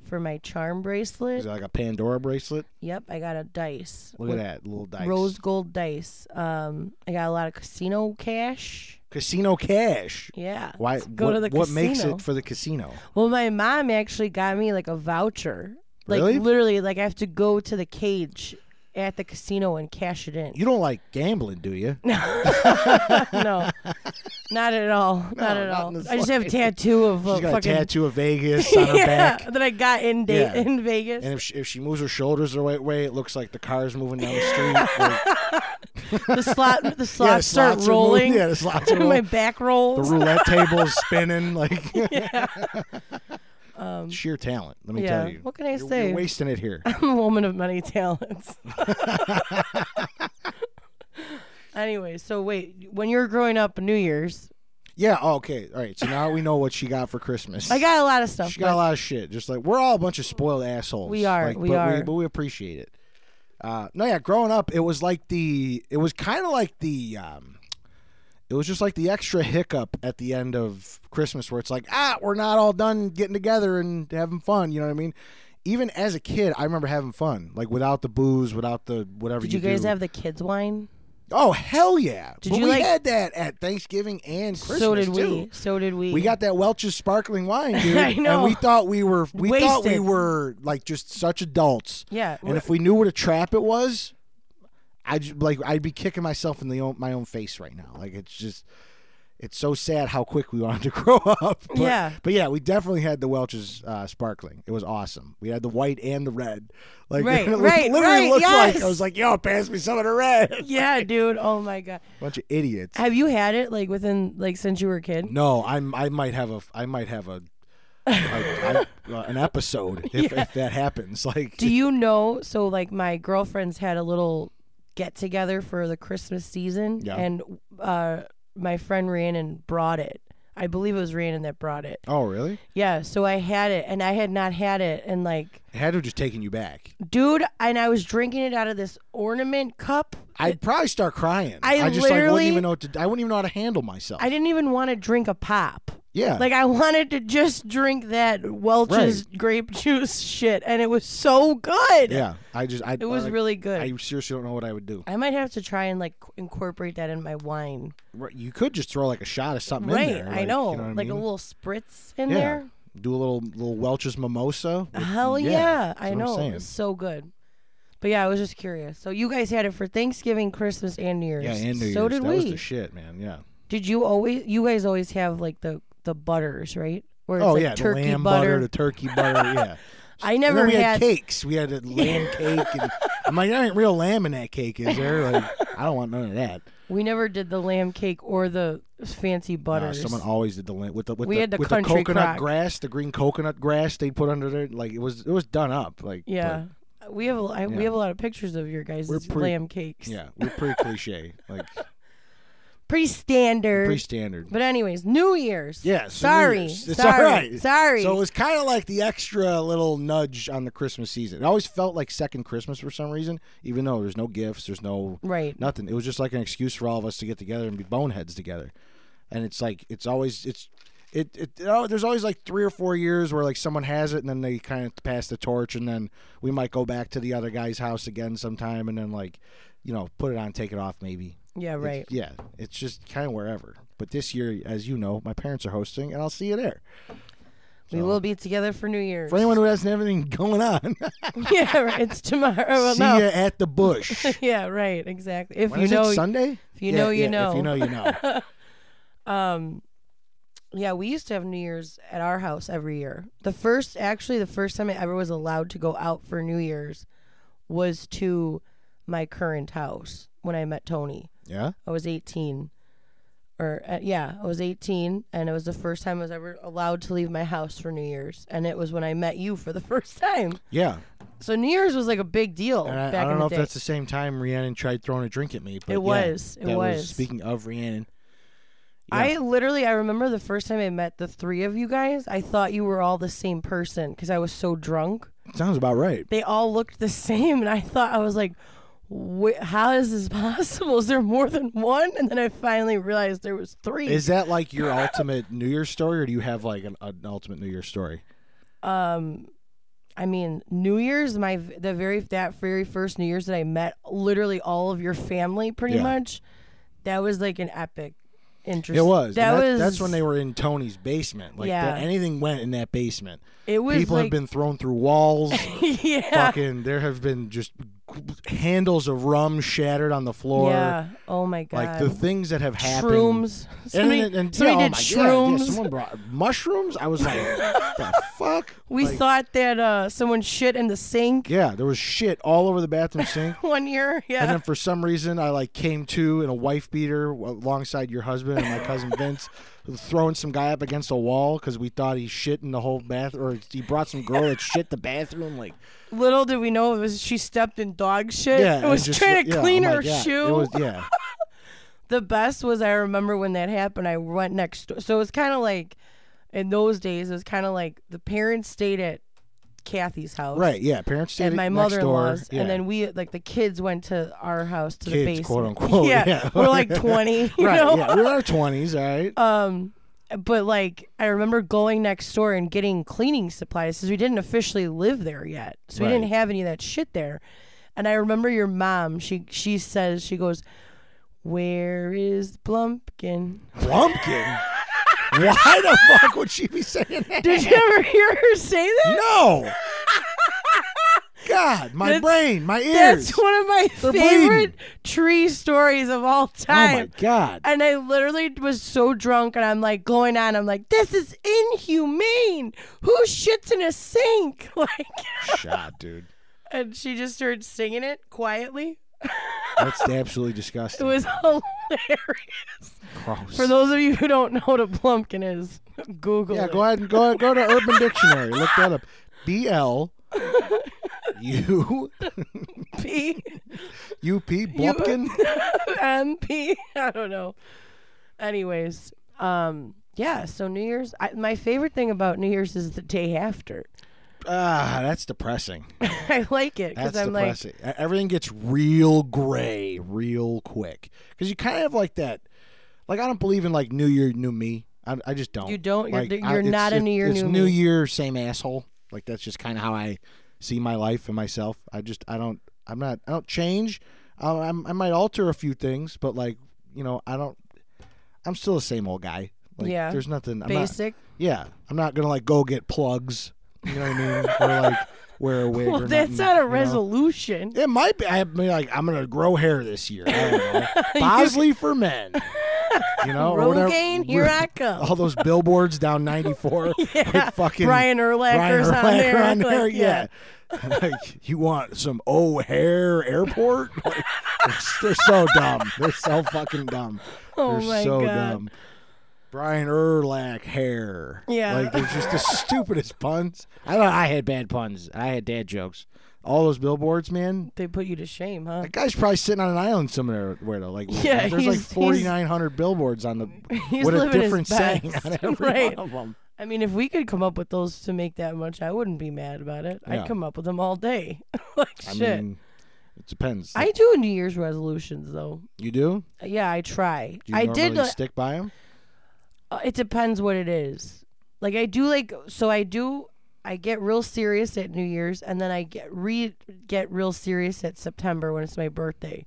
A: for my charm bracelet.
B: Is it like a Pandora bracelet?
A: Yep, I got a dice.
B: Look
A: with
B: at that little dice.
A: Rose gold dice. Um, I got a lot of casino cash.
B: Casino cash.
A: Yeah.
B: Why?
A: let's go
B: what,
A: to the
B: what
A: casino?
B: makes it for the casino?
A: Well, my mom actually got me like a voucher. Like
B: Really?
A: literally, like I have to go to the cage at the casino and cash it in.
B: You don't like gambling, do you?
A: no, not at all. not at
B: not
A: all.
B: in the
A: I just have a
B: slightest.
A: tattoo of a
B: She's got
A: fucking
B: a tattoo of Vegas on her
A: yeah,
B: back.
A: that I got in date
B: Yeah.
A: in Vegas.
B: And if she, if she moves her shoulders the right way, it looks like the car's moving down the street. Like,
A: the slot the slots
B: yeah,
A: start
B: the slots are moving.
A: rolling.
B: Yeah, the slots are
A: my
B: rolling.
A: back
B: The
A: rolls.
B: roulette table's spinning. Like
A: um,
B: sheer talent. Let me
A: yeah.
B: tell you.
A: What can I
B: You're-
A: say?
B: You're wasting it here.
A: I'm a woman of many talents. anyway, so wait, when you were growing up, New Year's,
B: Yeah. oh, okay. All right. So now we know what she got for Christmas.
A: I got a lot of stuff.
B: She got
A: but
B: a lot of shit. Just like we're all a bunch of spoiled assholes.
A: We are,
B: Like,
A: we
B: but
A: are.
B: We, but we appreciate it. Uh, no, yeah. Growing up, it was like the. It was kind of like the. Um, it was just like the extra hiccup at the end of Christmas, where it's like, ah, we're not all done getting together and having fun. You know what I mean? Even as a kid, I remember having fun, like without the booze, without the whatever.
A: Did you guys
B: do.
A: have the kids wine?
B: Oh hell yeah!
A: Did
B: but
A: you
B: we
A: like-
B: had that at Thanksgiving and Christmas
A: so did
B: too.
A: we. So did we.
B: We got that Welch's sparkling wine, dude.
A: I know.
B: And we thought we were we thought we
A: Wasted.
B: were like just such adults.
A: yeah.
B: And if we knew what a trap it was, I would like I'd be kicking myself in the own, my own face right now. Like it's just it's so sad how quick we wanted to grow up. But,
A: Yeah.
B: But yeah, we definitely had the Welch's uh, sparkling. It was awesome. We had the white and the red. Like
A: Right,
B: it
A: right,
B: literally
A: right,
B: looked like
A: yes.
B: I was like, yo, pass me some of the red.
A: yeah, dude. Oh my god.
B: Bunch of idiots.
A: Have you had it like within like since you were a kid?
B: No, I'm. I might have a. I might have a. a- I- uh, an episode if, if that happens. Like,
A: Do you know? So, like, my girlfriends had a little get together for the Christmas season,
B: Yeah.
A: and uh, my friend Rhiannon brought it. I believe it was Rhiannon that brought it.
B: oh really?
A: Yeah, so I had it, and I had not had it, and like,
B: It had to have just taken you back.
A: dude, and I was drinking it out of this ornament cup.
B: I'd probably start crying.
A: I
B: just like wouldn't
A: literally-
B: even know what to. I wouldn't even know how to handle myself.
A: I didn't even want to drink a pop.
B: yeah,
A: Like, I wanted to just drink that Welch's grape juice shit, and it was so good.
B: yeah. I just. I,
A: It was
B: like,
A: really good.
B: I seriously don't know what I would do.
A: I might have to try and like incorporate that in my wine.
B: Right, You could just throw like a shot of something
A: Right,
B: in there.
A: I
B: like,
A: know.
B: You know what I
A: like a
B: mean?
A: little spritz in
B: Yeah.
A: there.
B: Do a little little Welch's mimosa. with-
A: Hell yeah,
B: that's
A: I
B: what I'm
A: know.
B: saying.
A: It's so good. But yeah, I was just curious. So you guys had it for Thanksgiving, Christmas, and New Year's.
B: Yeah, and New
A: so
B: Year's.
A: did
B: that
A: we.
B: was the shit, man. Yeah.
A: did you always? You guys always have like the the butters, right? Where it's
B: Oh
A: like
B: yeah,
A: turkey
B: the lamb
A: butter.
B: the turkey butter. Yeah.
A: I
B: And then
A: never
B: we had,
A: had.
B: cakes. We had a lamb cake, and I'm like, there ain't real lamb in that cake, is there? Like, I don't want none of that.
A: We never did the lamb cake or the fancy
B: Uh,
A: butters.
B: someone always did the lamb with the with
A: We
B: the,
A: had the
B: with
A: country
B: coconut
A: crock.
B: grass, the green coconut grass they put under there. Like it was it was done up. Like but,
A: yeah, we have a, I, we
B: Yeah.
A: have a lot of pictures of your guys'
B: We're pretty-
A: lamb cakes.
B: yeah, we're pretty cliche, like
A: pretty standard.
B: pretty standard.
A: But anyways, New Year's.
B: Yeah, so New
A: sorry.
B: Year's. It's
A: sorry.
B: all right.
A: Sorry.
B: So it was kind of like the extra little nudge on the Christmas season. It always felt like second Christmas for some reason, even though there's no gifts, there's no
A: right.
B: nothing. It was just like an excuse for all of us to get together and be boneheads together. And it's like it's always it's it it you know, there's always like three or four years where like someone has it and then they kind of pass the torch and then we might go back to the other guy's house again sometime and then like you know put it on take it off maybe
A: Yeah.
B: It's-
A: Right.
B: yeah it's just kind of wherever but this year as you know my parents are hosting and I'll see you there
A: we will be together for New Year's.
B: for anyone who has everything going on
A: yeah. Right. It's tomorrow. Well,
B: see
A: no.
B: you at the bush
A: Yeah. Right. Exactly. If
B: When
A: you
B: is
A: know.
B: it Sunday
A: if you
B: Yeah,
A: know, you
B: yeah, if
A: know.
B: you know you know
A: um. Yeah, we used to have New Year's at our house every year. The first, actually, the first time I ever was allowed to go out for New Year's was to my current house when I met Tony.
B: Yeah.
A: I was 18. Or, uh, yeah, I was 18, and it was the first time I was ever allowed to leave my house for New Year's. And it was when I met you for the first time.
B: Yeah.
A: So, New Year's was like a big deal
B: And I,
A: Oh, back
B: I don't
A: in
B: know
A: the
B: if
A: day.
B: that's the same time Rhiannon tried throwing a drink at me. But
A: It
B: yeah,
A: was, it
B: that
A: was.
B: Speaking of Rhiannon,
A: I literally, I remember the first time I met the three of you guys, I thought you were all the same person because I was so drunk.
B: sounds about right.
A: They all looked the same, and I thought, I was like, "Wh- how is this possible? Is there more than one? And then I finally realized there was three.
B: Is that like your ultimate New Year's story, or do you have like an, an ultimate New Year's story?
A: um I mean, New Year's, my v- the very that very first New Year's that I met literally all of your family, pretty
B: Yeah.
A: much. That was like an epic, interesting.
B: It was. and
A: That,
B: that-
A: was.
B: That's when they were in Tony's basement. Like
A: Yeah.
B: that, anything went in that basement.
A: It was
B: People
A: like,
B: have been thrown through walls.
A: yeah.
B: fucking. There have been just handles of rum shattered on the floor.
A: Yeah. Oh my god.
B: Like the things that have happened.
A: shrooms.
B: And,
A: Somebody,
B: and, and-
A: somebody
B: yeah, oh
A: did
B: my God, yeah,
A: shrooms.
B: someone brought mushrooms. I was like, the fuck.
A: we
B: Like,
A: thought that uh, someone shit in the sink
B: Yeah, there was shit all over the bathroom sink.
A: one year. Yeah.
B: And then for some reason, I like came to in a wife beater alongside your husband and my cousin Vince, throwing some guy up against a wall because we thought he shit in the whole bath, or he brought some girl that shit the bathroom. Like,
A: Little did we know it was she stepped in dog shit.
B: yeah,
A: it was
B: just
A: trying
B: like-
A: to
B: yeah, oh
A: clean
B: my
A: her
B: God,
A: shoe.
B: It was, yeah,
A: the best was I remember when that happened. I went next door, so it was kind of like in those days. It was kind of like the parents stayed at Kathy's house,
B: right, yeah. Parents stayed
A: And my
B: next door,
A: mother-in-law's,
B: yeah.
A: and then we like the kids went to our house to the
B: kids,
A: basement.
B: quote unquote,
A: yeah,
B: yeah,
A: we're like twenty, you
B: right,
A: know.
B: yeah, we're in our twenties, all right.
A: Um, but like I remember going next door and getting cleaning supplies because we didn't officially live there yet, so we didn't
B: Right.
A: have any of that shit there. And I remember your mom. She she says she goes, "Where is Blumpkin?"
B: Blumpkin. Why the fuck would she be saying that?
A: Did you ever hear her say that?
B: No. God, my
A: That's-
B: brain, my ears.
A: That's one of my
B: They're
A: favorite
B: bleeding.
A: tree stories of all
B: oh my
A: time.
B: god.
A: and I literally was so drunk, and I'm like going on. I'm like, this is inhumane. Who shits in a sink? Like,
B: Shot, dude.
A: and she just started singing it quietly.
B: That's absolutely
A: It
B: disgusting.
A: was hilarious.
B: Gross.
A: For those of you who don't know what a plumpkin is, Google
B: yeah,
A: it.
B: go ahead and go go to Urban Dictionary. Look that up. B L U
A: P
B: U P Blumpkin.
A: M P. I don't know. Anyways, um, yeah. So New Year's, I, my favorite thing about New Year's is the day after.
B: Ah, that's depressing.
A: I like it because
B: That's
A: I'm like,
B: depressing. E- Everything gets real gray real quick because you kind of have like that. Like I don't believe in like New Year, New Me. I, I just don't.
A: You don't? You're-
B: Like,
A: you're
B: I- it's-
A: not a
B: it-
A: New Year,
B: It's
A: New
B: New
A: Me.
B: Year, same asshole. Like that's just kind of how I see my life and myself. I just I don't. I'm not. I don't change. I, I'm, I might alter a few things, but like you know, I don't. I'm still the same old guy. Like,
A: Yeah.
B: There's nothing. I'm not,
A: basic.
B: yeah. I'm not gonna like go get plugs. You know what I mean? or like wear a wig.
A: well,
B: or
A: that's
B: nothing,
A: not a
B: you know?
A: resolution.
B: It might be. I mean, like I'm gonna grow hair this year. I don't know. Bosley for men. You know, or whatever.
A: Rogaine, here I come.
B: All those billboards down 94 with fucking
A: Brian Urlacher's
B: Brian
A: on there.
B: Urlacher on there,
A: like,
B: yeah. like you want some O'Hare Airport? Like, they're, they're so dumb. They're so fucking dumb.
A: Oh
B: they're
A: my
B: so
A: god.
B: dumb. Brian Erlach hair.
A: Yeah.
B: Like they're just the stupidest puns. I don't I had bad puns. I had dad jokes. All those billboards, man.
A: They put you to shame, huh?
B: That guy's probably sitting on an island somewhere where though. Like
A: Yeah,
B: there's like
A: he's- he's-
B: forty nine hundred billboards on the
A: He's
B: with a
A: living his
B: different saying
A: best.
B: on every
A: Right.
B: one of them.
A: I mean, if we could come up with those to make that much, I wouldn't be mad about it.
B: Yeah.
A: I'd come up with them all day. like
B: I
A: shit.
B: mean it depends.
A: I do New Year's resolutions though.
B: you do?
A: Yeah, I try.
B: Do you
A: I
B: normally
A: did. uh,
B: stick by them?
A: uh, it depends what it is. Like I do like so I do I get real serious at New Year's and then I get re get real serious at September when it's my birthday.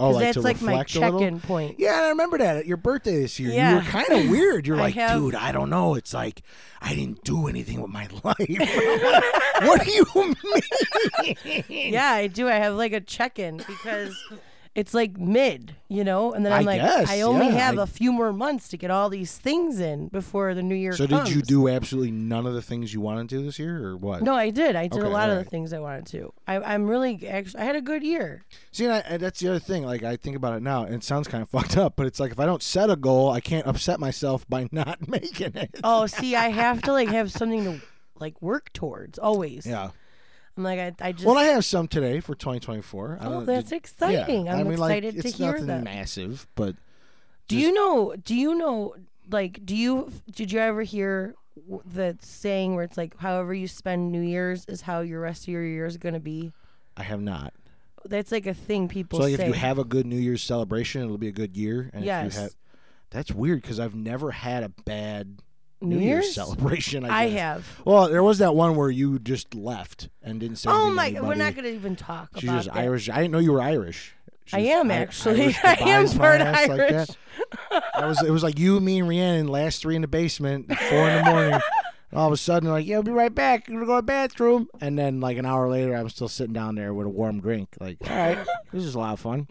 B: Oh, like
A: that's
B: to
A: like my
B: reflect a little?
A: check-in point.
B: Yeah, and I remember that at your birthday this year.
A: Yeah.
B: You were kind of weird. You're
A: I
B: like,
A: have-
B: dude, I don't know. It's like I didn't do anything with my life. what do you mean?
A: Yeah, I do. I have like a check-in because it's like mid, you know? And then I'm
B: I
A: like,
B: guess,
A: I only
B: yeah,
A: have
B: I-
A: a few more months to get all these things in before the new year
B: So
A: comes.
B: did you do absolutely none of the things you wanted to this year, or what?
A: No, I did. I did a
B: Okay,
A: lot of the
B: alright.
A: things I wanted to. I, I'm really actually. I had a good year.
B: See, and, I, and that's the other thing. Like I think about it now, and it sounds kind of fucked up, but it's like if I don't set a goal, I can't upset myself by not making it.
A: Oh, see, I have to like have something to like work towards always.
B: Yeah.
A: I'm like, I, I just.
B: Well, I have some today for 2024. I
A: oh,
B: don't-
A: that's
B: did-
A: exciting!
B: Yeah.
A: I'm
B: I mean, like,
A: excited to
B: it's
A: hear
B: nothing
A: that.
B: massive, but
A: Do you know? Do you know? Like, do you did you ever hear w- the saying where it's like, however you spend New Year's is how your rest of your year is gonna be.
B: I have not.
A: That's like a thing people
B: So like,
A: say.
B: if you have a good New Year's celebration, it'll be a good year. And if
A: Yes.
B: you have, that's weird because I've never had a bad New, celebration. I,
A: I
B: guess.
A: have.
B: Well, there was that one where you just left and didn't say.
A: Oh
B: anything to
A: my! We're
B: anybody.
A: not gonna even talk
B: She's
A: about
B: just
A: that.
B: Irish. I didn't know you were Irish.
A: I
B: She's
A: am
B: Ir-
A: actually.
B: Irish
A: I am
B: goodbyes,
A: part
B: my ass, like
A: Irish.
B: that. That was it was like you, me, and Rhiannon last three in the basement, at four in the morning. And all of a sudden, like, yeah, I'll be right back. I'm gonna go to the bathroom. And then, like an hour later, I'm still sitting down there with a warm drink. Like, all right, this is a lot of fun.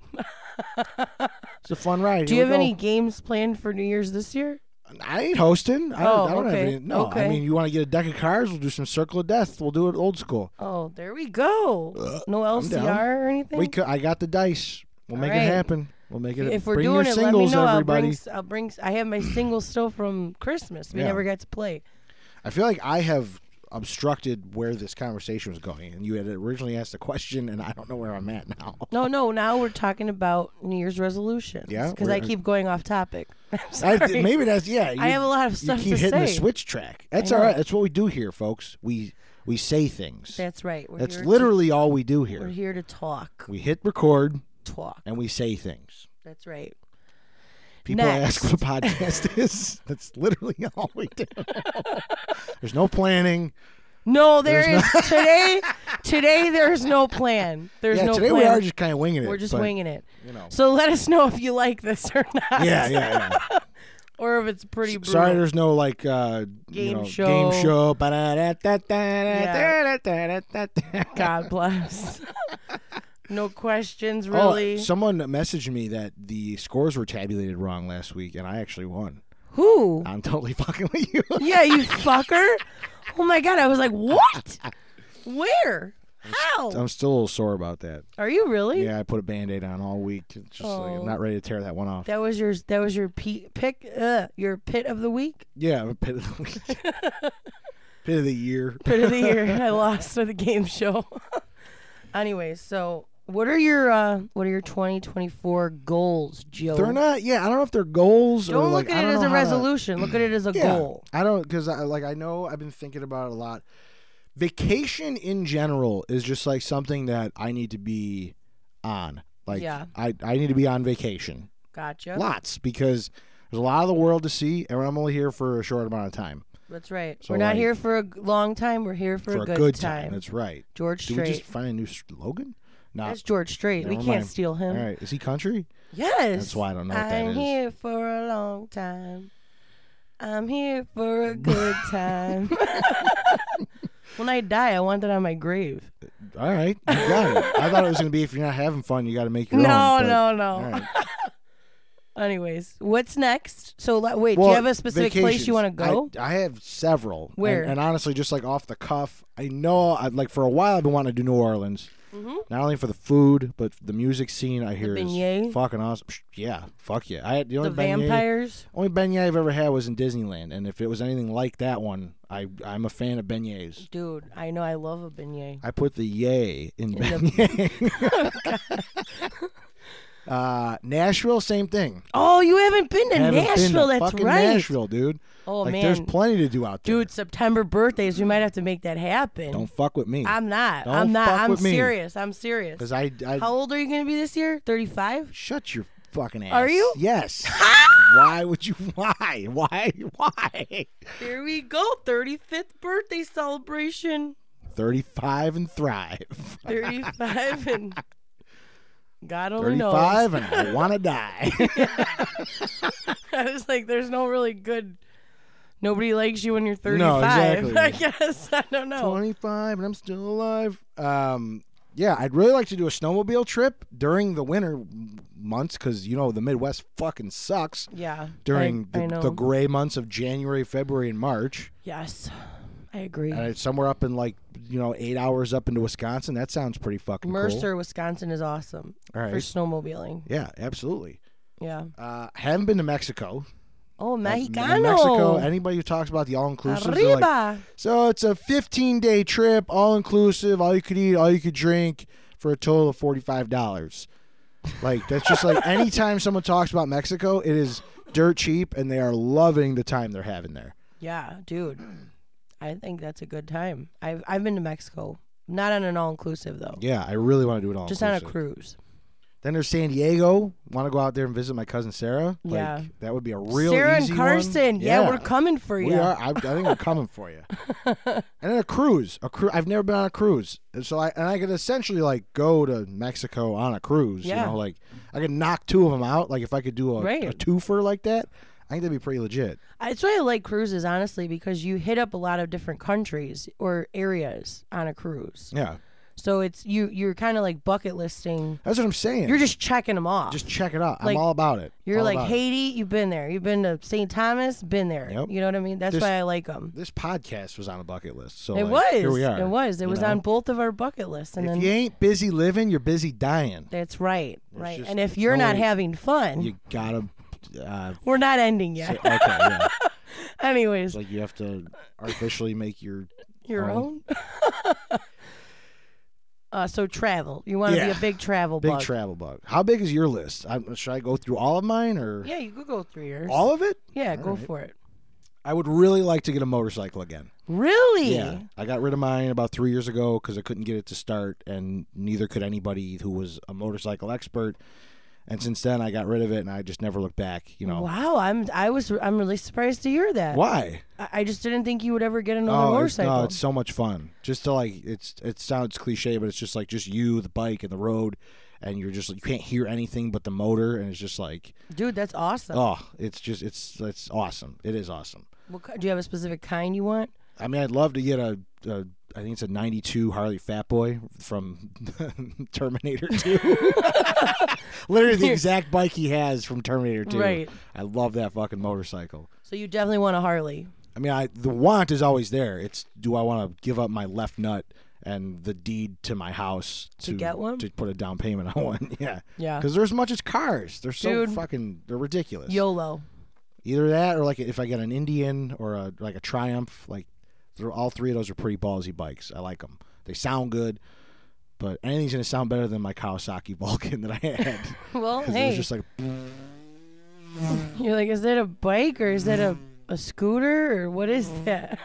B: It's a fun ride.
A: Do you
B: Here
A: have
B: we
A: any games planned for New Year's this year?
B: go. I ain't hosting. I,
A: Oh,
B: I don't
A: okay,
B: have any. No,
A: okay.
B: I mean, you want to get a deck of cards? We'll do some Circle of Death. We'll do it old school.
A: Oh, there we go. no
B: Uh, down.
A: LCR or anything.
B: We could, I got the dice. We'll
A: All
B: make
A: right.
B: it happen. We'll make it.
A: if we're
B: bring
A: doing
B: your
A: it,
B: singles,
A: let me know.
B: everybody.
A: I'll bring. s- I'll bring. s- I have my singles still from Christmas. We
B: Yeah.
A: never got to play.
B: I feel like I have obstructed where this conversation was going, and you had originally asked a question, and I don't know where I'm at now.
A: No, no. Now we're talking about New Year's resolutions.
B: Yeah,
A: Because I
B: we're-
A: keep going off topic. I'm
B: I,
A: sorry.
B: maybe that's yeah. You,
A: I have a lot of
B: you
A: stuff
B: keep
A: to
B: hitting
A: say.
B: the switch track. That's
A: I
B: all
A: know.
B: right. That's what we do here, folks. We we say things.
A: That's right. We're
B: that's
A: here
B: literally all we do
A: To, we're
B: here.
A: here to talk.
B: We hit record
A: Talk.
B: and we say things.
A: That's right.
B: People ask what
A: Next.
B: a podcast is. That's literally all we do. There's no planning.
A: No, there is today. Today there's no plan. There's
B: yeah,
A: no
B: today
A: plan.
B: we are just kind of winging it.
A: We're just
B: but,
A: winging it.
B: You know.
A: So let us know if you like this or not.
B: Yeah, yeah, yeah.
A: Or if it's pretty brutal.
B: Sorry, there's no like uh, you
A: Game
B: know,
A: show.
B: Game show. Ba-da-da-da-da-da-da-da-da-da-da.
A: God bless. no questions,
B: Oh,
A: really.
B: someone messaged me that the scores were tabulated wrong last week, and I actually won.
A: Who?
B: I'm totally fucking with you.
A: Yeah, you fucker. Oh my god, I was like, what? Where? How?
B: I'm still a little sore about that.
A: Are you really?
B: Yeah, I put a band-aid on all week. It's just like
A: Oh.
B: I'm not ready to tear that one off.
A: That was your that was your pe- pick uh, your pit of the week
B: yeah, I'm a pit of the week, pit of the year.
A: pit of the year. I lost to the game show. anyway, so what are your uh, what are your 2024 goals, Joe?
B: They're not. Yeah, I don't know if they're goals or
A: Don't
B: like
A: look
B: I
A: at it
B: don't
A: as
B: know
A: a
B: how to-
A: resolution. Look at it as a
B: Yeah,
A: goal.
B: I don't because I like I know I've been thinking about it a lot. Vacation in general is just like something that I need to be on. Like
A: Yeah.
B: I I need to be on vacation
A: Gotcha.
B: lots because there's a lot of the world to see, and I'm only here for a short amount of time
A: That's right.
B: So,
A: we're not
B: like-
A: here for a g- long time. We're here for,
B: for
A: a good, time.
B: That's right.
A: George
B: Did we
A: Strait.
B: just find a new slogan? No.
A: That's George Strait. We
B: Never
A: can't
B: mind.
A: steal
B: All
A: him.
B: right. Is he country?
A: Yes.
B: That's why I don't know what
A: I'm
B: that is.
A: here for a long time. I'm here for a good time. when I die, I want that on my grave.
B: All right. You got it. I thought it was gonna be if you're not having fun, you got to make your
A: no,
B: own. but-
A: no,
B: All
A: no,
B: right.
A: Anyways, what's next? So le- wait, do
B: Well,
A: you have a specific place you want to
B: vacations.
A: go?
B: I, I have several. And-
A: Where?
B: And, honestly, just like off the cuff, I know I like for a while I've been wanting to do New Orleans.
A: Mm-hmm.
B: Not only for the food, but the music scene I hear
A: beignet?
B: is fucking awesome. Psh, Yeah, fuck yeah. I had the
A: the
B: only beignet,
A: vampires.
B: only beignet I've ever had was in Disneyland, and if it was anything like that one, I I'm a fan of beignets.
A: Dude, I know I love a beignet.
B: I put the yay in, beignet. uh, Nashville, same thing.
A: Oh, you haven't been to
B: Haven't been to
A: Nashville. that's
B: fucking
A: right.
B: Nashville, dude.
A: Oh
B: like,
A: man,
B: there's plenty to do out there.
A: dude, September birthdays. We might have to make that happen.
B: Don't fuck with me.
A: I'm not.
B: Don't
A: I'm not.
B: fuck
A: I'm
B: with me.
A: serious. I'm serious.
B: Because I, I
A: How old are you gonna be this year? Thirty-five.
B: shut your fucking ass.
A: Are you?
B: Yes. why would you? Why? Why? Why?
A: There we go. Thirty-fifth birthday celebration.
B: Thirty-five and thrive.
A: Thirty-five and God only knows.
B: Thirty-five and I want to die.
A: I was like, there's no really good. Nobody likes you when you're
B: No,
A: 35.
B: exactly.
A: I guess I don't know.
B: Twenty-five and I'm still alive. Um, Yeah, I'd really like to do a snowmobile trip during the winter m- months because you know the Midwest fucking sucks
A: Yeah.
B: during
A: I, I
B: the,
A: know.
B: the gray months of January, February, and March.
A: yes, I agree.
B: And it's Uh, somewhere up in like you know eight hours up into Wisconsin. That sounds pretty fucking
A: Mercer, Wisconsin is awesome
B: cool. All
A: for
B: right.
A: snowmobiling.
B: Yeah, absolutely.
A: Yeah.
B: Uh, haven't been to Mexico.
A: Oh,
B: Like, in
A: Mexicano.
B: Mexico. Anybody who talks about the all inclusive,
A: Arriba.
B: like, So it's a 15 day trip, all inclusive, all you could eat, all you could drink, for a total of $45. Like, that's just like anytime someone talks about Mexico, it is dirt cheap and they are loving the time they're having there.
A: yeah, dude. I think that's a good time. I've I've been to Mexico, not on an all inclusive though,
B: Yeah, I really want to do it all.
A: just on a
B: inclusive.
A: cruise.
B: Then there's San Diego. Want to go out there and visit my cousin Sarah? Like,
A: Yeah.
B: That would be a real
A: Sarah
B: easy
A: and
B: one.
A: Carson. Yeah. we're coming for you.
B: We are. I, I think we're coming for you. and then a cruise. A cru- I've never been on a cruise, and so I and I could essentially like go to Mexico on a cruise.
A: Yeah.
B: You know, like I could knock two of them out. Like if I could do a,
A: Right.
B: a twofer like that, I think that'd be pretty legit.
A: I- That's why I like cruises, honestly, because you hit up a lot of different countries or areas on a cruise.
B: Yeah,
A: So it's you. You're kind of like bucket listing.
B: that's what I'm saying.
A: You're just checking them off.
B: just check it out.
A: like,
B: I'm all about it.
A: You're
B: All
A: like
B: about it.
A: Haiti, you've been there. You've been to St. Thomas, been there.
B: Yep.
A: You know what I mean? That's
B: There's-
A: why I like them.
B: This podcast was on a bucket list, so
A: It
B: like,
A: was.
B: Here we are.
A: It was. It
B: you
A: was
B: know?
A: on both of our bucket lists, and
B: If
A: then
B: you ain't busy living, you're busy dying.
A: that's right, right.
B: just
A: and if you're not
B: no-
A: having fun,
B: You gotta. Uh,
A: we're not ending
B: say-
A: yet.
B: okay, yeah.
A: Anyways,
B: It's like you have to artificially make your
A: your
B: um,
A: own. uh, so travel. You want to be
B: Yeah.
A: a big travel
B: Big
A: bug.
B: travel bug. How big is your list? I, should I go through all of mine or
A: yeah, you could go through yours.
B: all of it?
A: yeah, go
B: right.
A: for it.
B: I would really like to get a motorcycle again.
A: Really?
B: Yeah, I got rid of mine about three years ago because I couldn't get it to start, and neither could anybody who was a motorcycle expert. And since then, I got rid of it, and I just never looked back. You know
A: Wow, I'm I was I'm really surprised to hear that.
B: why?
A: I, I just didn't think you would ever get another
B: Oh, it's,
A: motorcycle.
B: no, it's so much fun. Just to like, it's it sounds cliche, but it's just like just you, the bike, and the road, and you're just you can't hear anything but the motor, and it's just like,
A: Dude, that's awesome.
B: oh, it's just it's it's awesome. It is awesome.
A: What, ki- do you have a specific kind you want?
B: I mean, I'd love to get a, a I think it's a 92 Harley Fatboy from Terminator 2. Literally the exact bike he has from Terminator 2.
A: Right.
B: I love that fucking motorcycle.
A: So you definitely want a Harley.
B: I mean, I the want is always there. It's do I want to give up my left nut and the deed to my house to,
A: get one?
B: to put a down payment on one. yeah.
A: Yeah.
B: Cuz they're as much as cars. They're so
A: Dude.
B: fucking they're ridiculous.
A: YOLO.
B: Either that or like if I get an Indian or a like a Triumph, like they're, all three of those are pretty ballsy bikes. I like them. They sound good, but anything's gonna sound better than my Kawasaki Vulcan that I had.
A: Well,
B: 'Cause it
A: hey,
B: was just like
A: you're like, is that a bike or is that a,
B: Mm.
A: a scooter or what is that?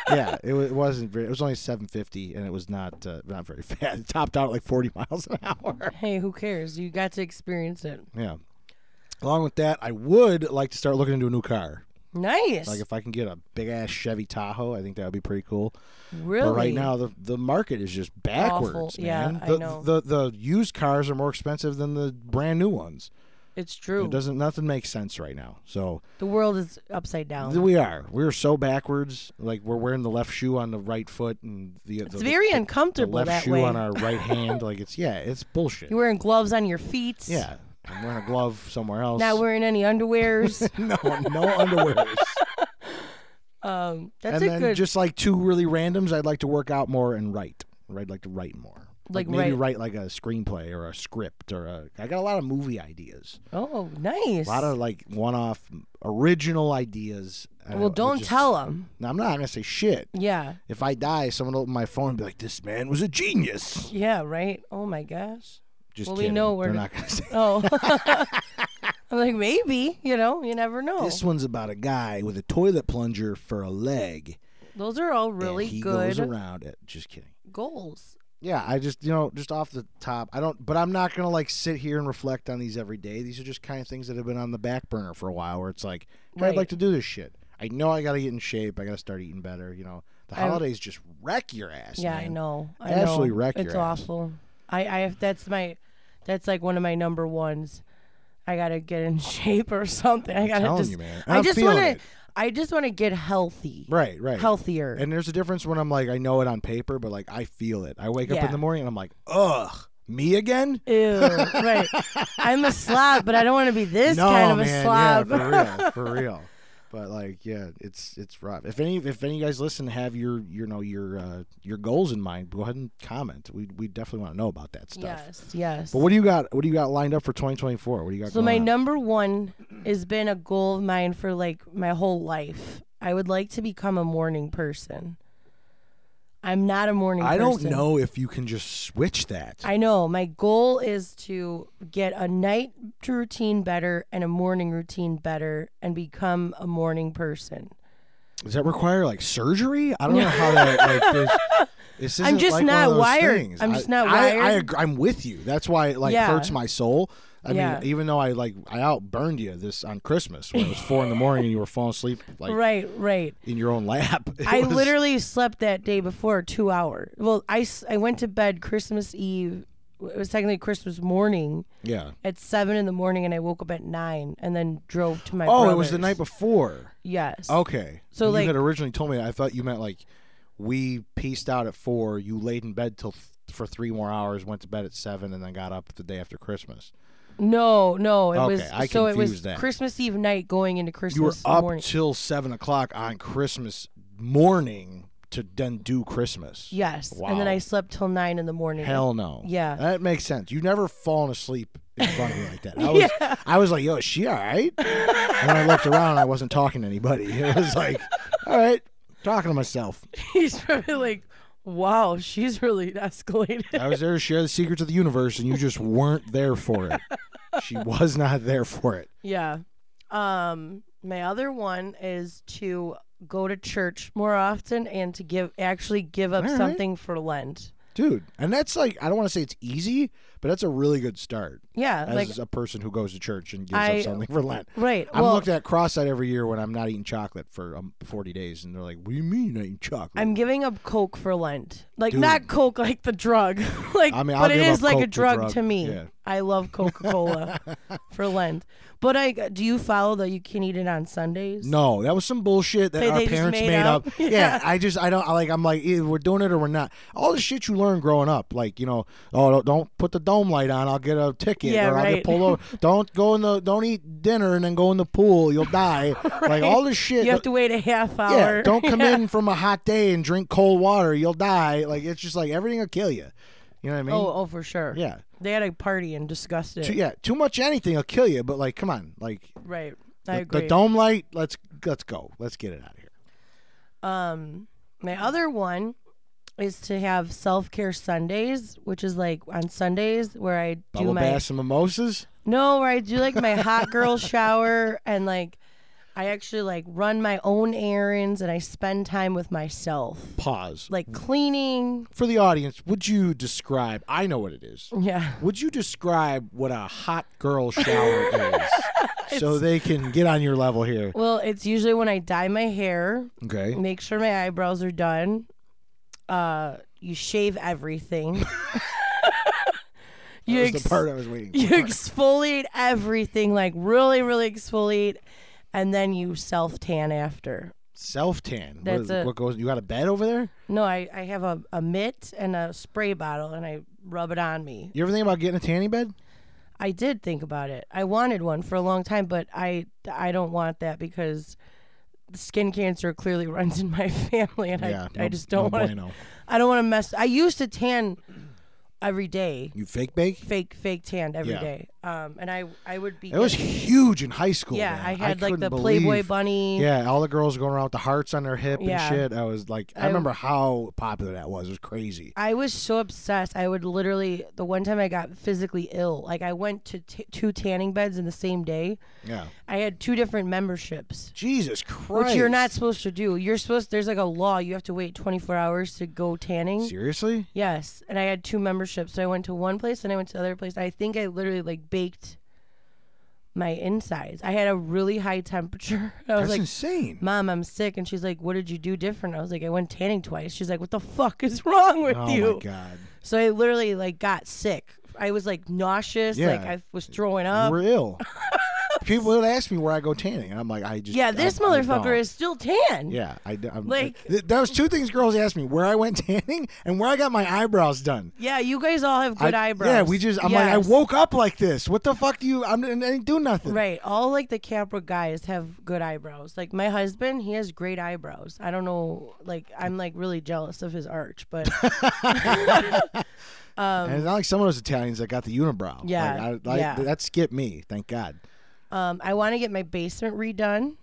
B: yeah, it, wa- it wasn't very. It was only 750, and it was not uh, not very fast. It topped out at like 40 miles an hour.
A: hey, who cares? You got to experience it.
B: Yeah. Along with that, I would like to start looking into a new car.
A: Nice.
B: Like if I can get a big ass Chevy Tahoe, I think that would be pretty cool.
A: really?
B: But right now, the the market is just backwards,
A: Awful. Yeah,
B: man.
A: I
B: the,
A: know.
B: the the used cars are more expensive than the brand new ones.
A: it's true.
B: It doesn't nothing makes sense right now. So
A: the world is upside down.
B: th- we are we're so backwards. Like we're wearing the left shoe on the right foot and the
A: it's very
B: the
A: uncomfortable
B: left
A: that
B: shoe
A: way.
B: on our right hand. Like it's yeah, it's bullshit.
A: you're wearing gloves on your feet.
B: yeah, I'm wearing a glove somewhere else.
A: Not wearing any underwears.
B: no no underwears.
A: um, that's
B: and
A: a
B: then
A: good.
B: just like two really randoms, I'd like to work out more and write. Or I'd like to write more.
A: Like
B: maybe
A: write-
B: write like a screenplay or a script or a. I got a lot of movie ideas,
A: oh, nice.
B: a lot of like one-off original ideas. and
A: well,
B: it
A: don't
B: uh, just-
A: tell them.
B: No, I'm not gonna say shit.
A: Yeah.
B: If I die, someone will open my phone and be like, "This man was a genius."
A: Yeah. Right. Oh my gosh.
B: Just
A: Well, we
B: kidding.
A: know we're
B: They're
A: not-
B: not gonna say.
A: Oh. I'm like, maybe, you know, you never know.
B: This one's about a guy with a toilet plunger for a leg,
A: Those are all
B: and
A: really
B: he
A: good
B: goes around it. Just kidding.
A: goals.
B: yeah i just you know just off the top i don't but i'm not gonna like sit here and reflect on these every day these are just kind of things that have been on the back burner for a while where it's like "Hey, i'd
A: Right.
B: like to do this shit i know i gotta get in shape i gotta start eating better you know the
A: I-
B: holidays just wreck your ass
A: Yeah, I
B: man.
A: know. I
B: Absolutely
A: know.
B: wreck your
A: It's
B: ass.
A: awful. I, I, that's my, that's like one of my number ones. I gotta get in shape or something. I gotta
B: telling
A: just,
B: you, man.
A: I
B: I'm
A: just
B: feeling
A: wanna,
B: it.
A: I just want to get healthy.
B: Right, right.
A: Healthier.
B: And there's a difference when I'm like, I know it on paper, but like I feel it. I wake up
A: Yeah.
B: in the morning and I'm like, ugh, me again?
A: Ew, right. I'm a slob, but I don't want to be this
B: no,
A: kind of a
B: man,
A: slob.
B: yeah, for real, for real. But like, yeah, it's it's rough. If any if any of you guys listen, have your you know your uh, your goals in mind. Go ahead and comment. We we definitely want to know about that stuff.
A: yes, yes.
B: But what do you got? What do you got lined up for 2024? What do you got?
A: So
B: going
A: my
B: on?
A: number one has been a goal of mine for like my whole life. I would like to become a morning person. I'm not a morning
B: I don't
A: person.
B: know if you can just switch that.
A: I know. My goal is to get a night routine better and a morning routine better and become a morning person.
B: Does that require like surgery? I don't know how that. Like, there's, this
A: I'm
B: isn't
A: just
B: like one
A: not
B: of those
A: wired.
B: things.
A: I'm
B: I-
A: just not
B: I, I,
A: wired.
B: agree. I'm with you. That's why it like
A: Yeah.
B: hurts my soul. I
A: Yeah.
B: mean, even though I like I outburned you this on Christmas when it was four in the morning and you were falling asleep like
A: right, right.
B: in your own lap. It
A: I
B: was-
A: literally slept that day before two hours. Well, I, s- I went to bed Christmas Eve. It was technically Christmas morning
B: yeah.
A: at seven in the morning, and I woke up at nine, and then drove to my.
B: Oh, it was the
A: brother's.
B: night Oh. before.
A: Yes.
B: Okay.
A: So,
B: you
A: like-
B: had originally told me that. I thought you meant like we pieced out at four. You laid in bed till th- for three more hours. Went to bed at seven and then got up the day after Christmas.
A: No, no, it
B: Okay,
A: was
B: I
A: so it was
B: confused that.
A: Christmas Eve night going into Christmas
B: you were up
A: morning.
B: till seven o'clock on Christmas morning to then do Christmas.
A: Yes, and then
B: Wow.
A: I slept till nine in the morning.
B: Hell no.
A: Yeah.
B: That makes sense. You've never fallen asleep in front of me like that. I was I was like, yo, is she all right? and when I looked around I wasn't talking to anybody. It was like, all right, talking to myself.
A: He's probably like, "Wow, she's really escalated."
B: I was there to share the secrets of the universe and you just weren't there for it. She was not there for it.
A: yeah. Um, my other one is to go to church more often and to give actually give up
B: All right.
A: something for Lent.
B: Dude. And that's like I don't want to say it's easy, but that's a really good start.
A: Yeah,
B: As
A: like
B: a person who goes to church and gives
A: I-
B: up something for Lent.
A: right.
B: I'm
A: well,
B: looked at cross-eyed every year when I'm not eating chocolate for um, 40 days, and they're like, "What do you mean you're not eating chocolate?"
A: I'm giving up coke for Lent. Like
B: Dude.
A: not coke like the drug. like
B: I mean, I'll
A: but it
B: give
A: is
B: up
A: like
B: Coke
A: a
B: for
A: drug,
B: drug,
A: to me.
B: yeah.
A: I love Coca-Cola for Lent. But I do you follow that you can eat it on Sundays?
B: no, that was some bullshit that
A: They-
B: our
A: they just
B: parents
A: made
B: made,
A: up.
B: up.
A: Yeah.
B: Yeah. I just I don't I like I'm like either we're doing it or we're not. All the shit you learn growing up, like you know, oh don't, don't put the dome light on, I'll get a ticket
A: Yeah,
B: or I'll
A: right.
B: get pulled over. don't go in the don't eat dinner and then go in the pool, you'll die. Like all this shit.
A: You have to wait a half hour.
B: yeah, don't come in from a hot day and drink cold water, you'll die. Like it's just like everything will kill you. You know what I mean?
A: Oh, oh, for sure.
B: Yeah.
A: They had a party and discussed it.
B: Too, yeah, too much anything will kill you. But like, come on, like
A: Right. I
B: the,
A: agree.
B: the dome light. Let's let's go. Let's get it out of here.
A: um, my other one is to have self-care Sundays, which is like on Sundays where I do
B: Bubble
A: my
B: baths and mimosas.
A: No, where I do like my hot girl shower and like I actually like run my own errands and I spend time with myself.
B: Pause
A: Like cleaning.
B: for the audience. Would you describe? I know what it is.
A: Yeah.
B: Would you describe what a hot girl shower is, so they can get on your level here?
A: Well, it's usually when I dye my hair,
B: Okay.
A: make sure my eyebrows are done. Uh you shave everything. you
B: That was
A: ex-
B: the part I was waiting.
A: you
B: for.
A: exfoliate everything, like really, really exfoliate, and then you self tan after.
B: Self tan. What,
A: That's
B: is-
A: it.
B: what goes? You got a bed over there?
A: No, I, I have a, a mitt and a spray bottle and I rub it on me.
B: You ever think about getting a tanning bed?
A: I did think about it. I wanted one for a long time, but I I don't want that because skin cancer clearly runs in my family and
B: yeah.
A: I, I
B: no-
A: just don't
B: no
A: want to
B: bueno.
A: I don't want to mess I used to tan every day.
B: You fake bake?
A: Fake fake tanned every
B: Yeah.
A: day. Um and I I would be
B: It was huge in high school.
A: Yeah,
B: man.
A: I had like
B: couldn't
A: the Playboy
B: believe-
A: bunny.
B: Yeah, all the girls going around with the hearts on their hip
A: Yeah.
B: and shit. I was like, I,
A: I-
B: remember how popular that was. It was crazy.
A: I was so obsessed. I would literally the one time I got physically ill, like I went to t- two tanning beds in the same day.
B: Yeah.
A: I had two different memberships,
B: Jesus Christ.
A: which you're not supposed to do. You're supposed there's like a law you have to wait 24 hours to go tanning.
B: Seriously?
A: Yes, and I had two memberships, so I went to one place and I went to the other place. I think I literally like baked my insides. I had a really high temperature. I was
B: That's
A: like,
B: insane.
A: "Mom, I'm sick," and she's like, "What did you do different?" I was like, "I went tanning twice." She's like, "What the fuck is wrong with
B: oh
A: you?"
B: my god.
A: So I literally like got sick. I was like nauseous, like
B: Yeah.
A: I was throwing
B: you
A: up.
B: were ill. People would ask me where I go tanning, and I'm like, I just
A: Yeah, this
B: I- I don't.
A: motherfucker is still tan.
B: Yeah, I, am
A: Like-
B: like there was two things girls asked me: where I went tanning and where I got my eyebrows done.
A: Yeah, you guys all have good
B: I-
A: eyebrows.
B: Yeah, we just I'm like I
A: Yes.
B: woke up like this. What the fuck do you? I'm I didn't do nothing.
A: Right, all like the Capra guys have good eyebrows. Like my husband, he has great eyebrows. I don't know, like I'm like really jealous of his arch, but
B: and it's not like some of those Italians that got the unibrow. Like,
A: Yeah,
B: I- like,
A: yeah.
B: that skipped me. Thank God.
A: um, I want to get my basement redone.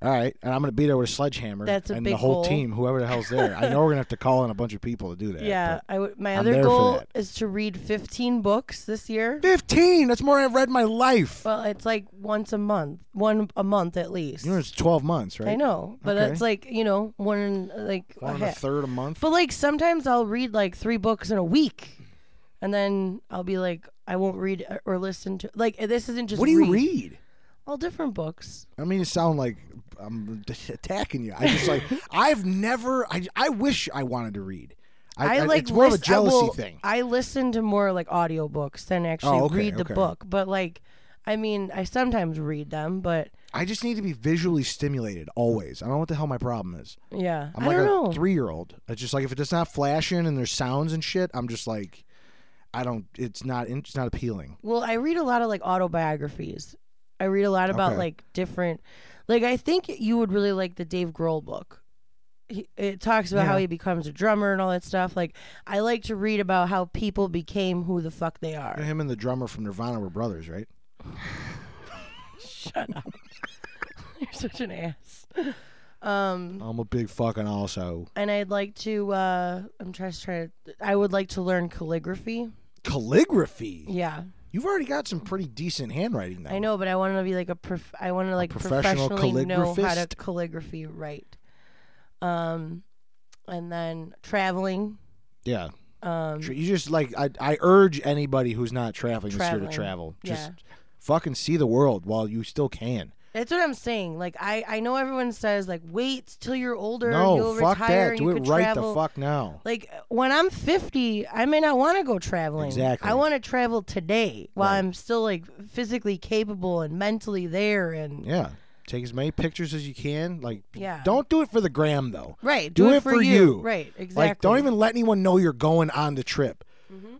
B: All right, and I'm gonna beat her with a sledgehammer.
A: That's a
B: and
A: big
B: the whole
A: goal.
B: team, whoever the hell's there. I know we're gonna have to call in a bunch of people to do that.
A: Yeah, I would. my
B: I'm
A: other
B: there for
A: goal
B: that.
A: is to read 15 books this year.
B: but- Fifteen. That's more than I've read in my life.
A: Well, it's like once a month, one a month at least.
B: you know, it's twelve months, right?
A: I know, but
B: Okay.
A: that's like you know one like a
B: One and a
A: half.
B: third a month.
A: But like sometimes I'll read like three books in a week, and then I'll be like, I won't read uh, or listen to like this isn't just.
B: What do you read?
A: All different books.
B: I mean, you sound like I'm attacking you. I just like I've never. I, I wish I wanted to read.
A: I, like
B: it's more of a
A: lis- I
B: jealousy
A: will-
B: thing.
A: I listen to more like audiobooks than actually
B: Oh, okay,
A: read the
B: okay.
A: book. But like, I mean, I sometimes read them, but
B: I just need to be visually stimulated always. I don't know what the hell my problem is.
A: yeah,
B: I'm
A: I
B: like
A: don't
B: a
A: know.
B: three year old. It's just like if it's not flashing and there's sounds and shit, I'm just like, I don't. It's not. It's not appealing.
A: Well, I read a lot of like autobiographies. I read a lot about
B: Okay.
A: like different, like I think you would really like the Dave Grohl book. He, it talks about how
B: Yeah.
A: he becomes a drummer and all that stuff. Like I like to read about how people became who the fuck they are.
B: Him and the drummer from Nirvana were brothers, right?
A: Shut up. You're such an ass. Um,
B: I'm a big fucking also
A: and I'd like to. Uh, I'm just trying to. I would like to learn calligraphy.
B: calligraphy.
A: Yeah,
B: You've already got some pretty decent handwriting, though.
A: I know, but I want to be like a prof- I want to like
B: professional
A: professionally know how to
B: calligraphist?
A: calligraphy write. Um, and then traveling.
B: Yeah.
A: Um,
B: Tr- You just like I, I urge anybody who's not traveling, this year
A: Traveling,
B: to travel. Just
A: yeah.
B: fucking see the world while you still can.
A: that's what I'm saying. Like I, I know everyone says like wait till you're older,
B: no,
A: you'll
B: fuck
A: retire,
B: that.
A: and
B: Do
A: you
B: it
A: could
B: right
A: travel.
B: the fuck now.
A: Like when I'm 50, I may not want to go traveling.
B: Exactly.
A: I want to travel today while
B: Right.
A: I'm still like physically capable and mentally there and
B: Yeah. Take as many pictures as you can. Like
A: Yeah.
B: don't do it for the gram though.
A: right.
B: Do
A: it,
B: it for you.
A: Right. Exactly. Mm-hmm.
B: Like don't even let anyone know you're going on the trip.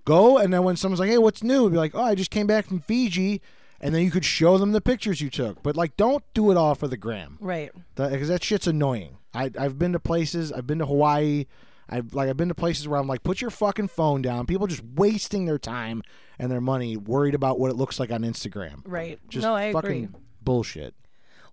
B: Go and then when someone's like, "Hey, what's new?" be like, "Oh, I just came back from Fiji." And then you could show them the pictures you took. But like don't do it all for the gram.
A: Right.
B: because that shit's annoying. I I've been to places. I've been to Hawaii. I've like I've been to places where I'm like, put your fucking phone down. People just wasting their time and their money worried about what it looks like on Instagram.
A: Right.
B: Just
A: no, I
B: fucking
A: agree.
B: bullshit.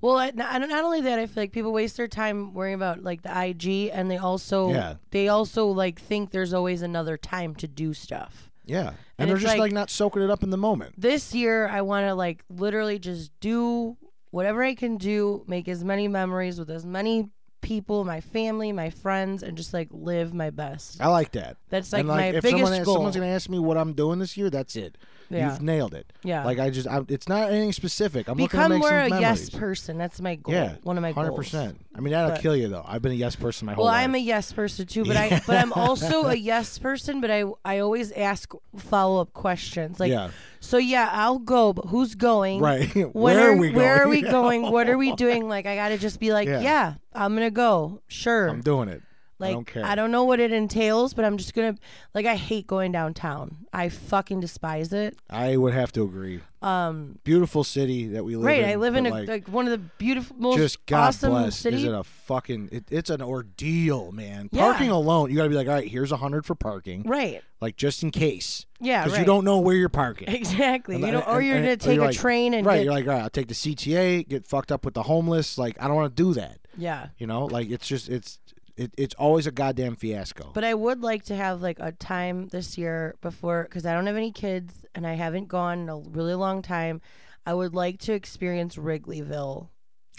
A: Well, I, not, not only that, I feel like people waste their time worrying about like the IG, and they also
B: Yeah.
A: they also like think there's always another time to do stuff.
B: Yeah, and,
A: And
B: they're
A: it's
B: just
A: like-
B: like, not soaking it up in the moment.
A: This year, I want to like literally just do whatever I can do, make as many memories with as many people, my family, my friends, and just like live my best.
B: I like that.
A: That's like,
B: and like
A: my
B: if
A: biggest
B: someone asks,
A: goal.
B: someone's gonna ask me what I'm doing this year, that's it.
A: Yeah.
B: You've nailed it.
A: Yeah.
B: Like I just, I'm, it's not anything specific. I'm looking to
A: Become
B: make
A: more a
B: some
A: yes
B: memories.
A: person. That's my goal.
B: yeah,
A: one of my
B: hundred
A: goals.
B: percent. I mean, that'll
A: But-
B: kill you though. I've been a yes person my whole
A: Well,
B: life.
A: I'm a yes person too, but I but I'm also a yes person, but I I always ask follow up questions like,
B: Yeah.
A: so yeah, I'll go, but who's going?
B: Right.
A: When
B: Where
A: are,
B: are we
A: Where are
B: going?
A: we going? What are we doing? Like, I gotta just be like, yeah,
B: Yeah.
A: I'm gonna go. Sure.
B: I'm doing it.
A: like,
B: I don't care.
A: don't know what it entails, but I'm just gonna like I hate going downtown. I fucking despise it.
B: I would have to agree.
A: Um,
B: Beautiful city that we live
A: right.
B: in.
A: I live in
B: but,
A: a, like, one of the beautiful, most
B: just God
A: awesome
B: bless.
A: city.
B: Is it a fucking? It, it's an ordeal, man.
A: Yeah.
B: Parking alone, you got to be like, all right, here's a hundred for parking,
A: right.
B: like just in case,
A: Yeah.
B: because
A: Right.
B: you don't know where you're parking.
A: Exactly.
B: And-
A: you don't, or
B: and-
A: you're
B: and-
A: gonna take a
B: like-
A: train and
B: right.
A: get
B: You're like, all right, I'll take the CTA, get fucked up with the homeless. Like, I don't want to do that.
A: Yeah.
B: You know, like it's just it's it, it's always a goddamn fiasco.
A: But I would like to have like a time this year before because I don't have any kids and I haven't gone in a really long time. I would like to experience Wrigleyville.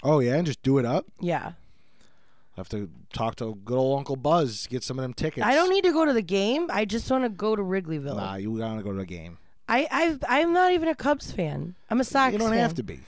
B: oh yeah, and just do it up.
A: Yeah.
B: I have to talk to good old Uncle Buzz, get some of them tickets.
A: I don't e- need to go to the game. I just want to go to Wrigleyville.
B: Nah, you gotta go to a game.
A: I I've, I'm not even a Cubs fan. I'm a Sox
B: you don't
A: fan.
B: have to be.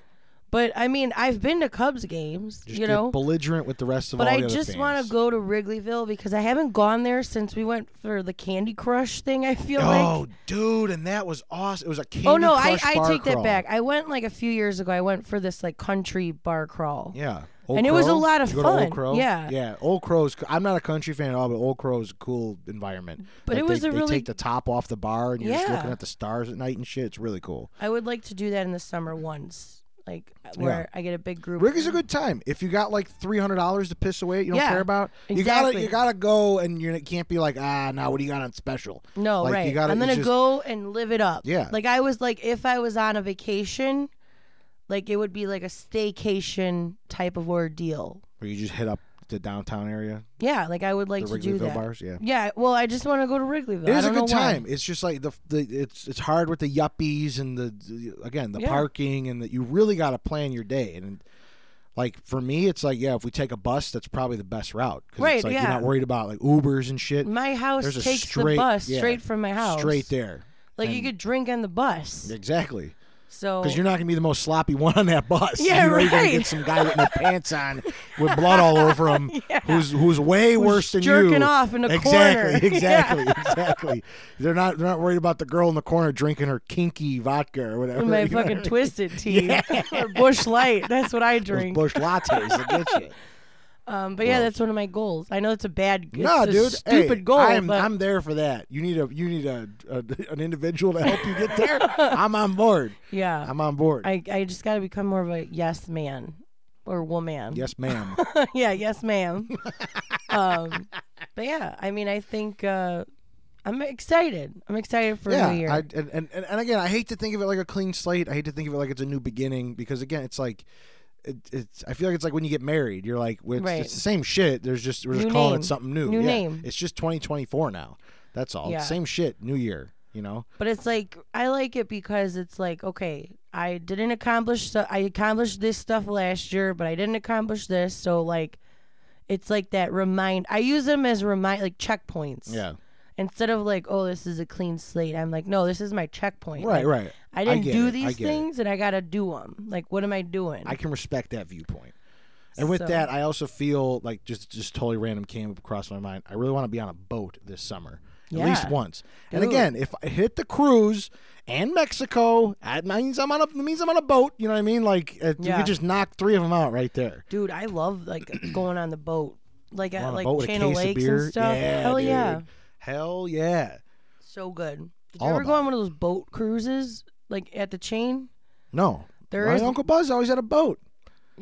A: But I mean, I've been to Cubs games,
B: Just
A: you
B: get
A: know.
B: belligerent with the rest of
A: But
B: all
A: I
B: the
A: just want
B: want
A: to go to Wrigleyville because I haven't gone there since we went for the Candy Crush thing. I feel
B: Oh,
A: like.
B: dude, and that was awesome. It was a Candy
A: Oh no, I,
B: Crush
A: I
B: bar
A: take that
B: crawl.
A: back. I went like a few years ago. I went for this like country bar crawl.
B: Yeah. Old
A: And it was a
B: Crow?
A: lot of
B: Did you go to
A: fun.
B: Old Crow?
A: Yeah.
B: Yeah. Old Crow's. I'm not a country fan at all, but Old Crow's a cool environment.
A: But it
B: Like,
A: was
B: they,
A: a
B: they
A: really-
B: take the top off the bar and you're just looking
A: Yeah.
B: at the stars at night and shit. It's really cool.
A: I would like to do that in the summer once, like where I get a big group.
B: Rig is a good time. If you got like three hundred dollars to piss away, you don't
A: Yeah,
B: care about. You
A: exactly.
B: gotta you gotta go and you can't be like ah now what do you got on special?
A: No,
B: Like, you
A: right.
B: gotta-
A: I'm
B: it's
A: gonna
B: just-
A: go and live it up.
B: Yeah.
A: Like I was like, if I was on a vacation, like it would be like a staycation type of ordeal.
B: Or you just hit up the downtown area,
A: Yeah, like I would like
B: the
A: to do
B: Wrigleyville
A: that.
B: bars. Yeah.
A: Yeah, well, I just want to go to Wrigleyville.
B: It
A: I
B: is a
A: don't know
B: good
A: why.
B: time. It's just like the, the it's it's hard with the yuppies and the, the- again the
A: Yeah.
B: parking and that you really got to plan your day and like for me it's like yeah if we take a bus that's probably the best route 'cause
A: Right,
B: it's like
A: yeah.
B: you're not worried about like Ubers and shit
A: My house
B: There's a
A: takes the
B: straight-
A: bus
B: yeah,
A: straight from my house.
B: straight there
A: Like you
B: and-
A: could drink on the bus.
B: exactly
A: So
B: because you're not gonna be the most sloppy one on that bus
A: Oh. Yeah,
B: you know, you're gonna
A: right.
B: get some guy with no pants on with blood all over him
A: Yeah.
B: who's who's way worse than you
A: jerking off in the corner.
B: exactly,
A: Yeah.
B: Exactly, exactly. They're not they're not worried about the girl in the corner drinking her kinky vodka or whatever.
A: And my
B: you know,
A: fucking twisted tea or bush light. That's what I
B: those
A: drink.
B: bush lattes. They get you.
A: Um, but yeah, that's one of my goals. I know it's a bad, it's
B: no,
A: a
B: dude.
A: stupid
B: hey,
A: goal.
B: I'm
A: but
B: I'm there for that. You need a you need a, a an individual to help you get there. I'm on board.
A: yeah,
B: I'm on board.
A: I, I just got to become more of a yes man or woman.
B: yes, ma'am.
A: yeah, yes, ma'am. um, but yeah, I mean, I think uh, I'm excited. I'm excited for
B: yeah.
A: the year.
B: I, and, and and and again, I hate to think of it like a clean slate. I hate to think of it like it's a new beginning because again, it's like. It, it's. I feel like it's like when you get married. You're like, well, it's,
A: Right.
B: it's the same shit. There's just we're just
A: New
B: calling
A: name.
B: it something new.
A: New
B: Yeah.
A: name.
B: It's just 2024 now. That's all.
A: Yeah.
B: Same shit. New year. You know.
A: but it's like I like it because it's like okay, I didn't accomplish. So I accomplished this stuff last year, but I didn't accomplish this. So like, it's like that remind. I use them as remind like checkpoints.
B: Yeah.
A: instead of like, oh, this is a clean slate, I'm like, no, this is my checkpoint.
B: Right.
A: Like,
B: Right.
A: I didn't
B: get
A: do
B: it. I
A: these
B: get it.
A: things, and I gotta do them. Like, what am I doing?
B: I can respect that viewpoint. And with
A: So-
B: that, I also feel like just just totally random came across my mind. I really want to be on a boat this summer, at least
A: Yeah.
B: once. And
A: Dude.
B: again, if I hit the cruise and Mexico, that means I'm on a that means I'm on a boat. You know what I mean? Like uh, you
A: Yeah.
B: could just knock three of them out right there.
A: Dude, I love like going on the boat, like
B: on
A: at
B: a
A: like
B: boat with a
A: Channel
B: case of
A: Lakes
B: beer.
A: and stuff.
B: Yeah,
A: Hell yeah,
B: dude. Hell yeah!
A: so good. Did
B: All
A: you ever go
B: about
A: on one of those boat cruises, like at the chain?
B: No,
A: There
B: my
A: is-
B: Uncle Buzz always had a boat.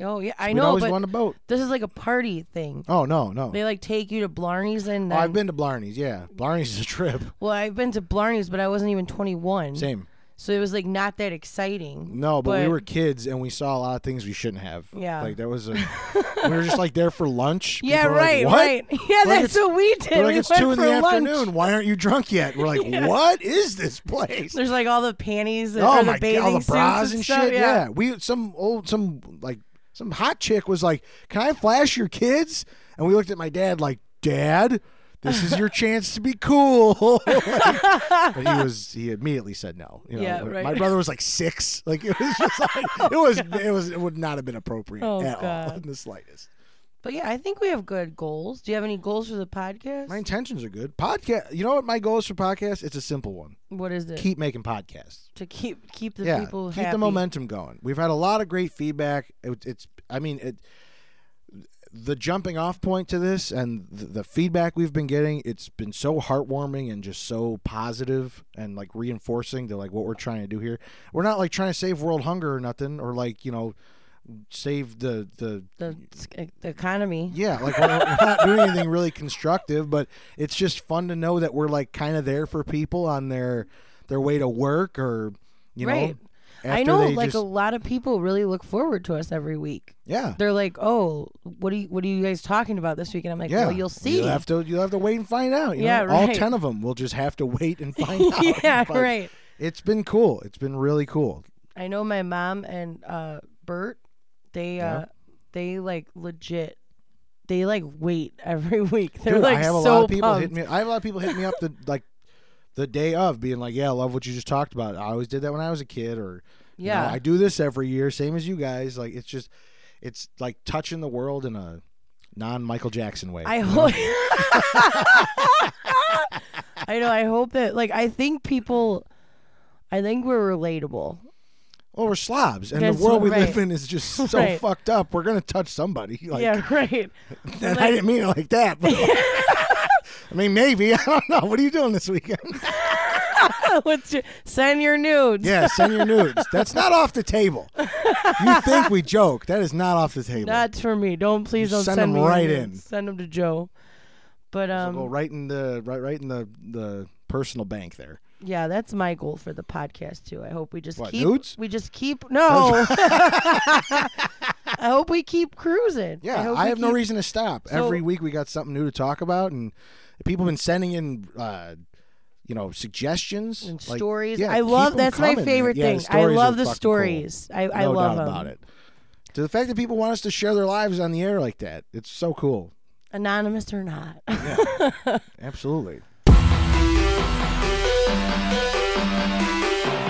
A: Oh yeah, I
B: We'd
A: know,
B: always
A: but
B: go on a boat.
A: this is like a party thing.
B: Oh no, no.
A: They like take you to Blarney's and
B: Oh, I've
A: then-
B: been to Blarney's. Yeah, Blarney's is a trip.
A: well, I've been to Blarney's, but I wasn't even 21,
B: Same.
A: so it was like not that exciting.
B: No, but, we were kids and we saw a lot of things we shouldn't have.
A: Yeah.
B: like there was a. we were just like there for lunch.
A: Yeah,
B: People were like,
A: right,
B: "What?"
A: right. Yeah,
B: Like,
A: that's
B: it's-
A: what we did.
B: They're like
A: we
B: it's
A: went
B: two in
A: for
B: the
A: lunch.
B: afternoon. Why aren't you drunk yet? We're like, what is this place?
A: There's like all the panties and
B: oh
A: or
B: my
A: the bathing
B: god, all the
A: suits
B: bras
A: and,
B: and
A: stuff.
B: shit. Yeah. we some old some like some hot chick was like, "Can I flash your kids?" And we looked at my dad like, "Dad." This is your chance to be cool. but he was he immediately said no. You know,
A: Yeah, right.
B: my brother was like six. Like it was just like it was it was it would not have been appropriate
A: Oh,
B: at all
A: God.
B: in the slightest.
A: But yeah, I think we have good goals. Do you have any goals for the podcast?
B: My intentions are good. Podcast you know what my goal is for podcast? It's a simple one.
A: what is it?
B: Keep making podcasts.
A: to keep keep the
B: yeah,
A: people
B: keep
A: happy.
B: the momentum going. We've had a lot of great feedback. It, it's, I mean, it, the jumping off point to this and the, the feedback we've been getting, it's been so heartwarming and just so positive and like reinforcing to like what we're trying to do here. We're not like trying to save world hunger or nothing, or like you know, save the the
A: The, e, the economy.
B: yeah, like we're, we're not doing anything really constructive, but it's just fun to know that we're like kind of there for people on their their way to work or you
A: Right.
B: know.
A: I
B: after
A: know
B: they
A: like a
B: just-
A: lot of people really look forward to us every week.
B: yeah,
A: They're like, "Oh, what do you what are you guys talking about this week?" And I'm like,
B: yeah.
A: "Well, you'll see."
B: You have to you have to wait and find out. you
A: Yeah,
B: know? All
A: right.
B: ten of them. We'll just have to wait and find out.
A: yeah,
B: But
A: right.
B: It's been cool. It's been really cool.
A: I know my mom and uh Bert, they
B: Yeah.
A: uh they like legit they like wait every week. They're
B: Dude,
A: like
B: I have a
A: so
B: lot of people
A: pumped.
B: hit me. I have a lot of people hit me up the like the day of being like, yeah, I love what you just talked about. I always did that when I was a kid, or You know,
A: Yeah.
B: I do this every year, same as you guys. Like it's just, it's like touching the world in a non Michael Jackson way.
A: I
B: you know?
A: hope. I know. I hope that, like, I think people, I think we're relatable.
B: Well, we're slobs, and
A: That's
B: the world we
A: right.
B: live in is just so
A: Right.
B: fucked up. We're gonna touch somebody. Like,
A: yeah, right.
B: and I didn't mean it like that. But I mean, maybe I don't know. What are you doing this weekend?
A: What's your, send your nudes.
B: yeah, send your nudes. That's not off the table. You think we joke? That is not off the table.
A: That's for me. Don't please
B: You
A: don't
B: send
A: send,
B: 'em
A: me your
B: right
A: nudes.
B: in.
A: Send them to Joe. But
B: So go
A: um,
B: right in the right, right in the the personal bank there.
A: yeah, that's my goal for the podcast too. I hope we just
B: What,
A: keep
B: nudes?
A: we just keep no. I hope we keep cruising. I,
B: Yeah,
A: hope
B: I,
A: we
B: have no
A: keep-
B: reason to stop.
A: So-
B: Every week we got something new to talk about, and people have been sending in, uh, you know, suggestions
A: And
B: like-
A: stories.
B: yeah,
A: I
B: keep
A: love
B: 'em
A: that's my
B: coming, man.
A: favorite
B: Yeah,
A: thing.
B: the
A: I
B: stories are
A: love the
B: fucking cool.
A: stories. I, I
B: no
A: love
B: doubt
A: them.
B: about it. To the fact that people want us to share their lives on the air like that, it's so cool.
A: Anonymous or not.
B: Absolutely.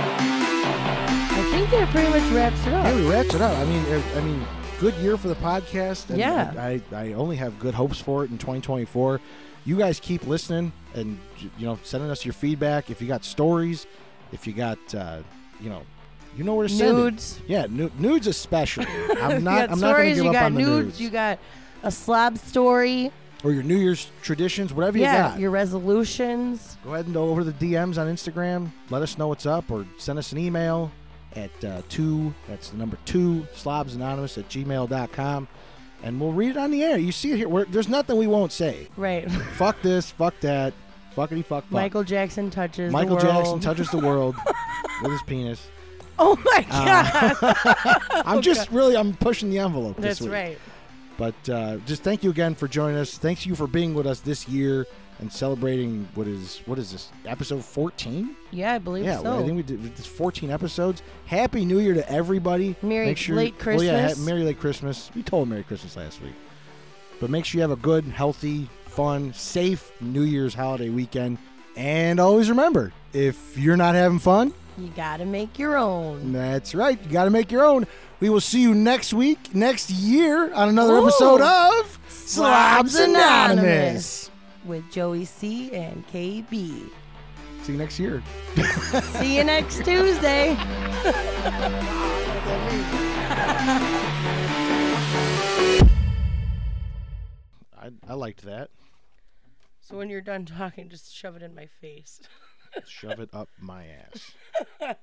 A: I think that pretty much wraps it
B: Yeah,
A: up.
B: we wrapped it up. I mean, it- I mean, good year for the podcast. and
A: Yeah.
B: I, I only have good hopes for it in 2024. You guys keep listening and you know sending us your feedback. If you got stories, if you got uh, you know, you know where to send it.
A: Nudes.
B: Yeah, nu- nudes especially. I'm
A: you
B: not.
A: got
B: I'm not going to
A: stories,
B: give
A: you
B: up
A: got
B: on the
A: nudes,
B: nudes.
A: you got a slob story.
B: or your New Year's traditions, whatever
A: yeah,
B: you got.
A: your resolutions.
B: Go ahead and go over to the DMs on Instagram. Let us know what's up, or send us an email at uh, two. That's the number two slobs anonymous at gmail.com. And we'll read it on the air. You see it here. We're, there's nothing we won't say.
A: Right.
B: Fuck this. Fuck that. Fuckity fuck fuck.
A: Michael Jackson touches.
B: Michael
A: the world.
B: Jackson touches the world with his penis.
A: Oh my
B: Ah,
A: God.
B: I'm just really I'm pushing the envelope. this
A: That's
B: week.
A: right.
B: But uh, just thank you again for joining us. Thanks you for being with us this year and celebrating what is what is this episode 14?
A: Yeah, I believe
B: Yeah,
A: so.
B: I think we did it's 14 episodes. Happy New Year to everybody.
A: Merry
B: Make sure-
A: late
B: well, yeah, ha-
A: Christmas.
B: Merry late Christmas. We told Merry Christmas last week. But make sure you have a good, healthy, fun, safe New Year's holiday weekend. And always remember, if you're not having fun,
A: you gotta make your own.
B: that's right. You got to make your own. We will see you next week, next year, on another
A: Ooh.
B: episode of
A: Slobs
B: Slobs Anonymous.
A: With Joey C and KB.
B: See you next year.
A: See you next Tuesday.
B: I, I liked that.
A: So when you're done talking, just shove it in my face.
B: Shove it up my ass.